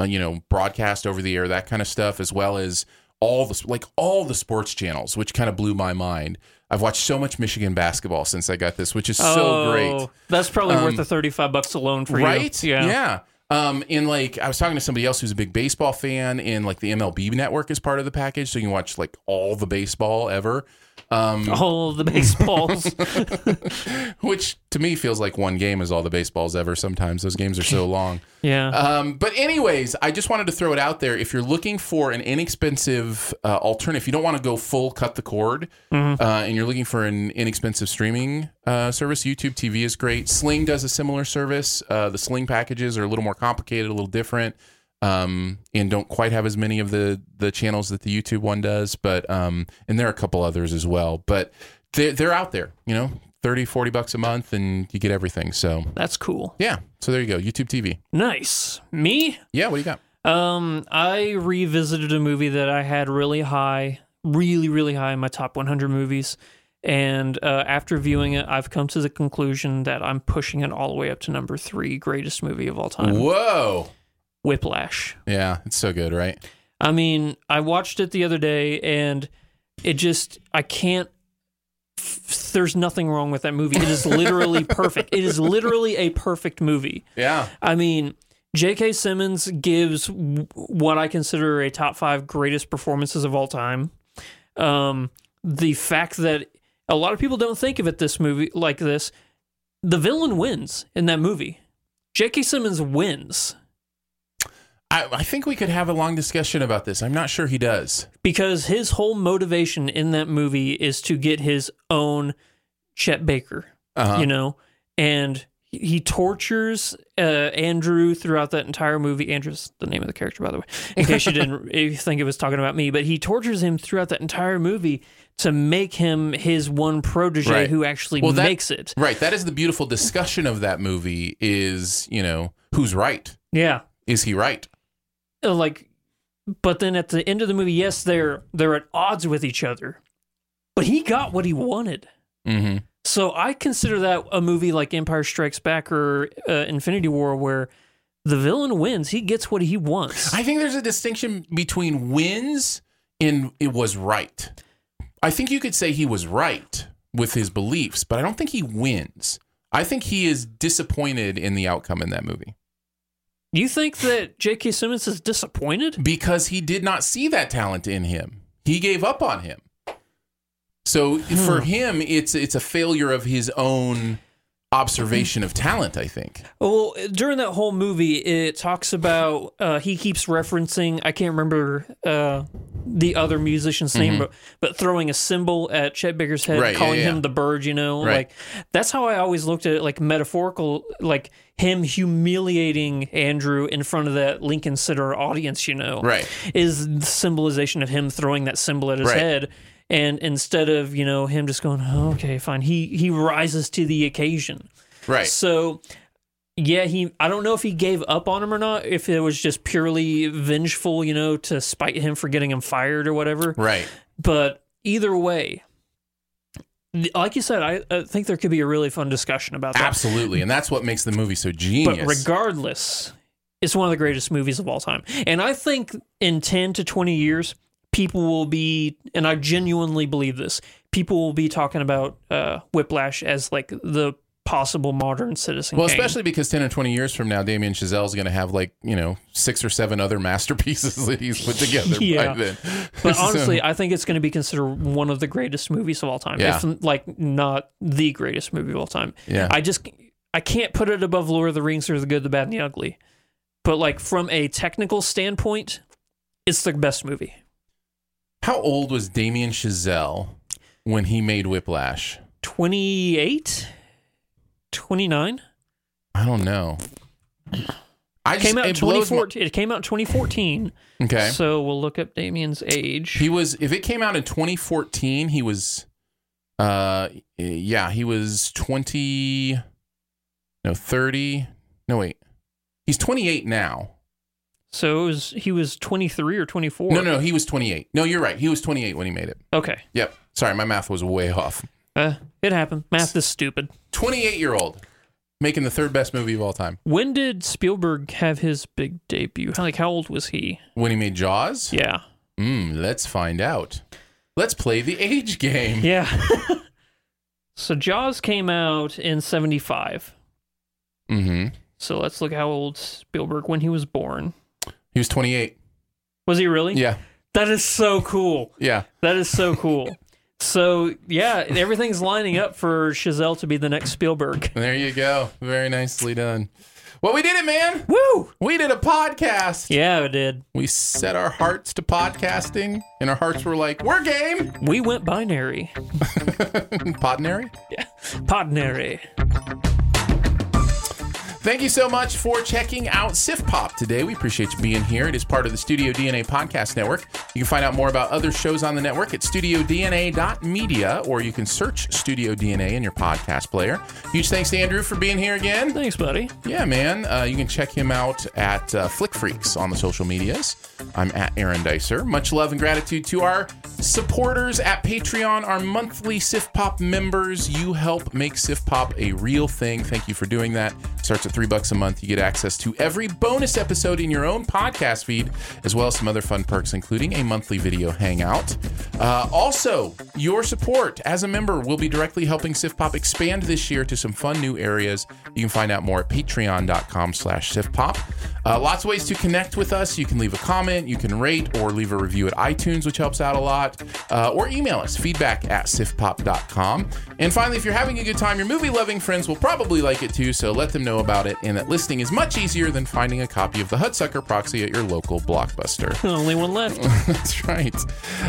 [SPEAKER 4] uh, you know broadcast over the air that kind of stuff as well as all the like all the sports channels which kind of blew my mind i've watched so much michigan basketball since i got this which is so great
[SPEAKER 3] That's probably
[SPEAKER 4] Um,
[SPEAKER 3] worth the thirty five bucks alone Oh, for you.
[SPEAKER 4] right?
[SPEAKER 3] Yeah.
[SPEAKER 4] Yeah. Um, and like I was talking to somebody else who's a big baseball fan, and like the MLB network is part of the package, so you can watch like all the baseball ever. Um,
[SPEAKER 3] All the baseballs.
[SPEAKER 4] which to me feels like one game is all the baseballs ever. Sometimes those games are so long.
[SPEAKER 3] yeah.
[SPEAKER 4] Um, but anyways, I just wanted to throw it out there. If you're looking for an inexpensive uh, alternative, if you don't want to go full cut the cord, uh, and you're looking for an inexpensive streaming uh, service, YouTube TV is great. Sling does a similar service. Uh, the Sling packages are a little more complicated, a little different, um, and don't quite have as many of the the channels that the YouTube one does. But um, and there are a couple others as well. But they're, they're out there, you know, 30, 40 bucks a month, and you get everything. So
[SPEAKER 3] That's cool.
[SPEAKER 4] yeah, so there you go, YouTube TV.
[SPEAKER 3] Nice. Me?
[SPEAKER 4] Yeah, what do you got?
[SPEAKER 3] Um, I revisited a movie that I had really high, really, really high in my top 100 movies. And uh, after viewing it, I've come to the conclusion that I'm pushing it all the way up to number three greatest movie of all time
[SPEAKER 4] Whoa.
[SPEAKER 3] Whiplash.
[SPEAKER 4] Yeah, it's so good, right?
[SPEAKER 3] I mean, I watched it the other day and it just, I can't. f- There's nothing wrong with that movie. It is literally perfect. It is literally a perfect movie.
[SPEAKER 4] Yeah.
[SPEAKER 3] I mean, J.K. Simmons gives w- what I consider a top five greatest performances of all time. Um, the fact that a lot of people don't think of it this movie like this, the villain wins in that movie. J.K. Simmons wins
[SPEAKER 4] I, I think we could have a long discussion about this. I'm not sure he does.
[SPEAKER 3] because his whole motivation in that movie is to get his own Chet Baker,
[SPEAKER 4] Uh-huh.
[SPEAKER 3] you know, and he- he tortures uh, Andrew throughout that entire movie. Andrew's the name of the character, by the way, in case you didn't if you think it was talking about me. But he tortures him throughout that entire movie to make him his one protege
[SPEAKER 4] Right.
[SPEAKER 3] who actually
[SPEAKER 4] Well, that-
[SPEAKER 3] makes it.
[SPEAKER 4] Right. That is the beautiful discussion of that movie is, you know, who's right?
[SPEAKER 3] Yeah.
[SPEAKER 4] Is he right?
[SPEAKER 3] Uh, like but then at the end of the movie yes they're they're at odds with each other but he got what he wanted
[SPEAKER 4] Mm-hmm.
[SPEAKER 3] so i consider that a movie like empire strikes back or uh, infinity war where the villain wins he gets what he wants
[SPEAKER 4] I think there's a distinction between wins and it was right. I think you could say he was right with his beliefs, but I don't think he wins. I think he is disappointed in the outcome in that movie
[SPEAKER 3] you think that j.k simmons is disappointed
[SPEAKER 4] because he did not see that talent in him. He gave up on him. So
[SPEAKER 3] Hmm.
[SPEAKER 4] for him, it's it's a failure of his own observation of talent. I think.
[SPEAKER 3] well during that whole movie it talks about uh, he keeps referencing i can't remember uh, the other musician's name but, but throwing a symbol at chet baker's head
[SPEAKER 4] Right, yeah,
[SPEAKER 3] calling
[SPEAKER 4] yeah.
[SPEAKER 3] him the bird you know
[SPEAKER 4] Right.
[SPEAKER 3] like that's how i always looked at it like metaphorical like him humiliating andrew in front of that lincoln center audience you know
[SPEAKER 4] Right.
[SPEAKER 3] is the symbolization of him throwing that symbol at his
[SPEAKER 4] Right.
[SPEAKER 3] head and instead of you know him just going "Oh, okay fine he he rises to the occasion
[SPEAKER 4] Right.
[SPEAKER 3] so yeah, he I don't know if he gave up on him or not, if it was just purely vengeful, you know, to spite him for getting him fired or whatever.
[SPEAKER 4] Right.
[SPEAKER 3] But either way, th- like you said, I, I think there could be a really fun discussion about that.
[SPEAKER 4] Absolutely. And that's what makes the movie so
[SPEAKER 3] But
[SPEAKER 4] genius.
[SPEAKER 3] regardless, it's one of the greatest movies of all time. And I think in 10 to 20 years, people will be, and I genuinely believe this, people will be talking about uh, Whiplash as like the possible modern citizen.
[SPEAKER 4] well,
[SPEAKER 3] Kane.
[SPEAKER 4] especially because 10 or 20 years from now, Damien Chazelle's going to have like, you know, six or seven other masterpieces that he's put together
[SPEAKER 3] Yeah.
[SPEAKER 4] by then.
[SPEAKER 3] But
[SPEAKER 4] So-
[SPEAKER 3] honestly, I think it's going to be considered one of the greatest movies of all time,
[SPEAKER 4] Yeah.
[SPEAKER 3] if like not the greatest movie of all time.
[SPEAKER 4] Yeah.
[SPEAKER 3] I just I can't put it above Lord of the Rings or The Good, the Bad, and the Ugly. But like from a technical standpoint, it's the best movie.
[SPEAKER 4] how old was Damien Chazelle when he made Whiplash?
[SPEAKER 3] 28 29
[SPEAKER 4] I don't know. I just,
[SPEAKER 3] came out in
[SPEAKER 4] it blows my-
[SPEAKER 3] 2014 it came out in 2014
[SPEAKER 4] okay.
[SPEAKER 3] so we'll look up Damien's age
[SPEAKER 4] He was, if it came out in 2014, he was, uh, yeah, he was 20, no, 30, no, wait. He's 28 now.
[SPEAKER 3] so it was, he was 23 or 24
[SPEAKER 4] No, no, no, he was 28. No, you're right. He was 28 when he made it.
[SPEAKER 3] okay
[SPEAKER 4] Yep. Sorry, my math was way off.
[SPEAKER 3] uh, it happened math is stupid
[SPEAKER 4] 28 year old making the third best movie of all time
[SPEAKER 3] When did Spielberg have his big debut? How- Like, how old was he?
[SPEAKER 4] when he made Jaws.
[SPEAKER 3] Yeah.
[SPEAKER 4] Mm, let's find out. Let's play the age game.
[SPEAKER 3] Yeah. so Jaws came out in 75.
[SPEAKER 4] Mm-hmm.
[SPEAKER 3] So let's look how old Spielberg when he was born.
[SPEAKER 4] He was 28.
[SPEAKER 3] Was he really?
[SPEAKER 4] Yeah.
[SPEAKER 3] That is so cool.
[SPEAKER 4] Yeah.
[SPEAKER 3] That is so cool. so, yeah, everything's lining up for Chazelle to be the next Spielberg.
[SPEAKER 4] There you go. Very nicely done. Well, we did it, man.
[SPEAKER 3] Woo!
[SPEAKER 4] We did a podcast.
[SPEAKER 3] Yeah, it did.
[SPEAKER 4] We set our hearts to podcasting, and our hearts were like, we're game.
[SPEAKER 3] We went binary.
[SPEAKER 4] Podnary.
[SPEAKER 3] Podnary.
[SPEAKER 4] Thank you so much for checking out Sif Pop today. We appreciate you being here. It is part of the Studio DNA Podcast Network. You can find out more about other shows on the network at studiodna.media, or you can search Studio DNA in your podcast player. Huge thanks to Andrew for being here again.
[SPEAKER 3] Thanks, buddy.
[SPEAKER 4] Yeah, man. Uh, you can check him out at uh, Flick Freaks on the social medias. I'm at Aaron Dicer. Much love and gratitude to our supporters at Patreon, our monthly Sif Pop members. You help make Sif Pop a real thing. Thank you for doing that. Starts at three bucks a month. You get access to every bonus episode in your own podcast feed, as well as some other fun perks, including a monthly video hangout. Uh, also, your support as a member will be directly helping Sif Pop expand this year to some fun new areas. You can find out more at patreon.com slash sifpop. Uh, lots of ways to connect with us. You can leave a comment, you can rate or leave a review at iTunes, which helps out a lot, uh, or email us, feedback at sifpop.com. And finally, if you're having a good time, your movie-loving friends will probably like it too, so let them know about it and that listening is much easier than finding a copy of the Hudsucker Proxy at your local Blockbuster.
[SPEAKER 3] Only one left.
[SPEAKER 4] That's right.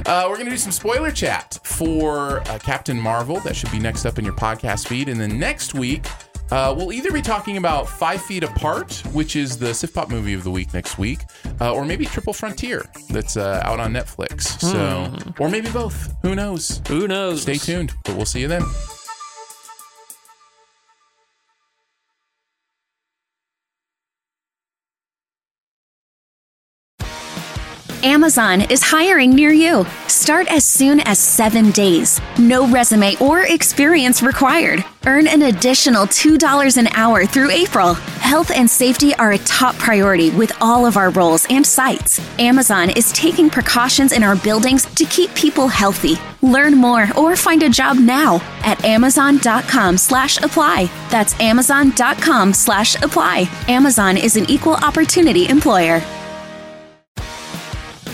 [SPEAKER 4] Uh, we're going to do some spoiler chat for uh, Captain Marvel. That should be next up in your podcast feed. And then next week, Uh, we'll either be talking about Five Feet Apart, which is the Sif Pop movie of the week next week, uh, or maybe Triple Frontier that's uh, out on Netflix. So, or maybe both. Who knows?
[SPEAKER 3] Hmm. Who knows?
[SPEAKER 4] Stay tuned, but we'll see you then.
[SPEAKER 7] Amazon is hiring near you. Start as soon as seven days. No resume or experience required. Earn an additional $2 an hour through April. Health and safety are a top priority with all of our roles and sites. Amazon is taking precautions in our buildings to keep people healthy. Learn more or find a job now at amazon.com slash apply. That's amazon.com slash apply. Amazon is an equal opportunity employer.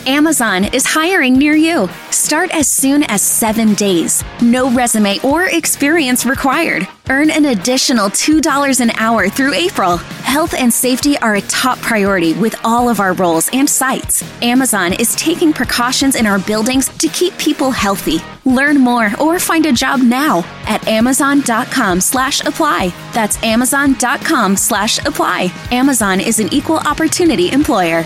[SPEAKER 7] Amazon is hiring near you. Start as soon as seven days. No resume or experience required. Earn an additional $2 an hour through April. Health and safety are a top priority with all of our roles and sites. Amazon is taking precautions in our buildings to keep people healthy. Learn more or find a job now at amazon.com slash apply. That's amazon.com slash apply. Amazon is an equal opportunity employer.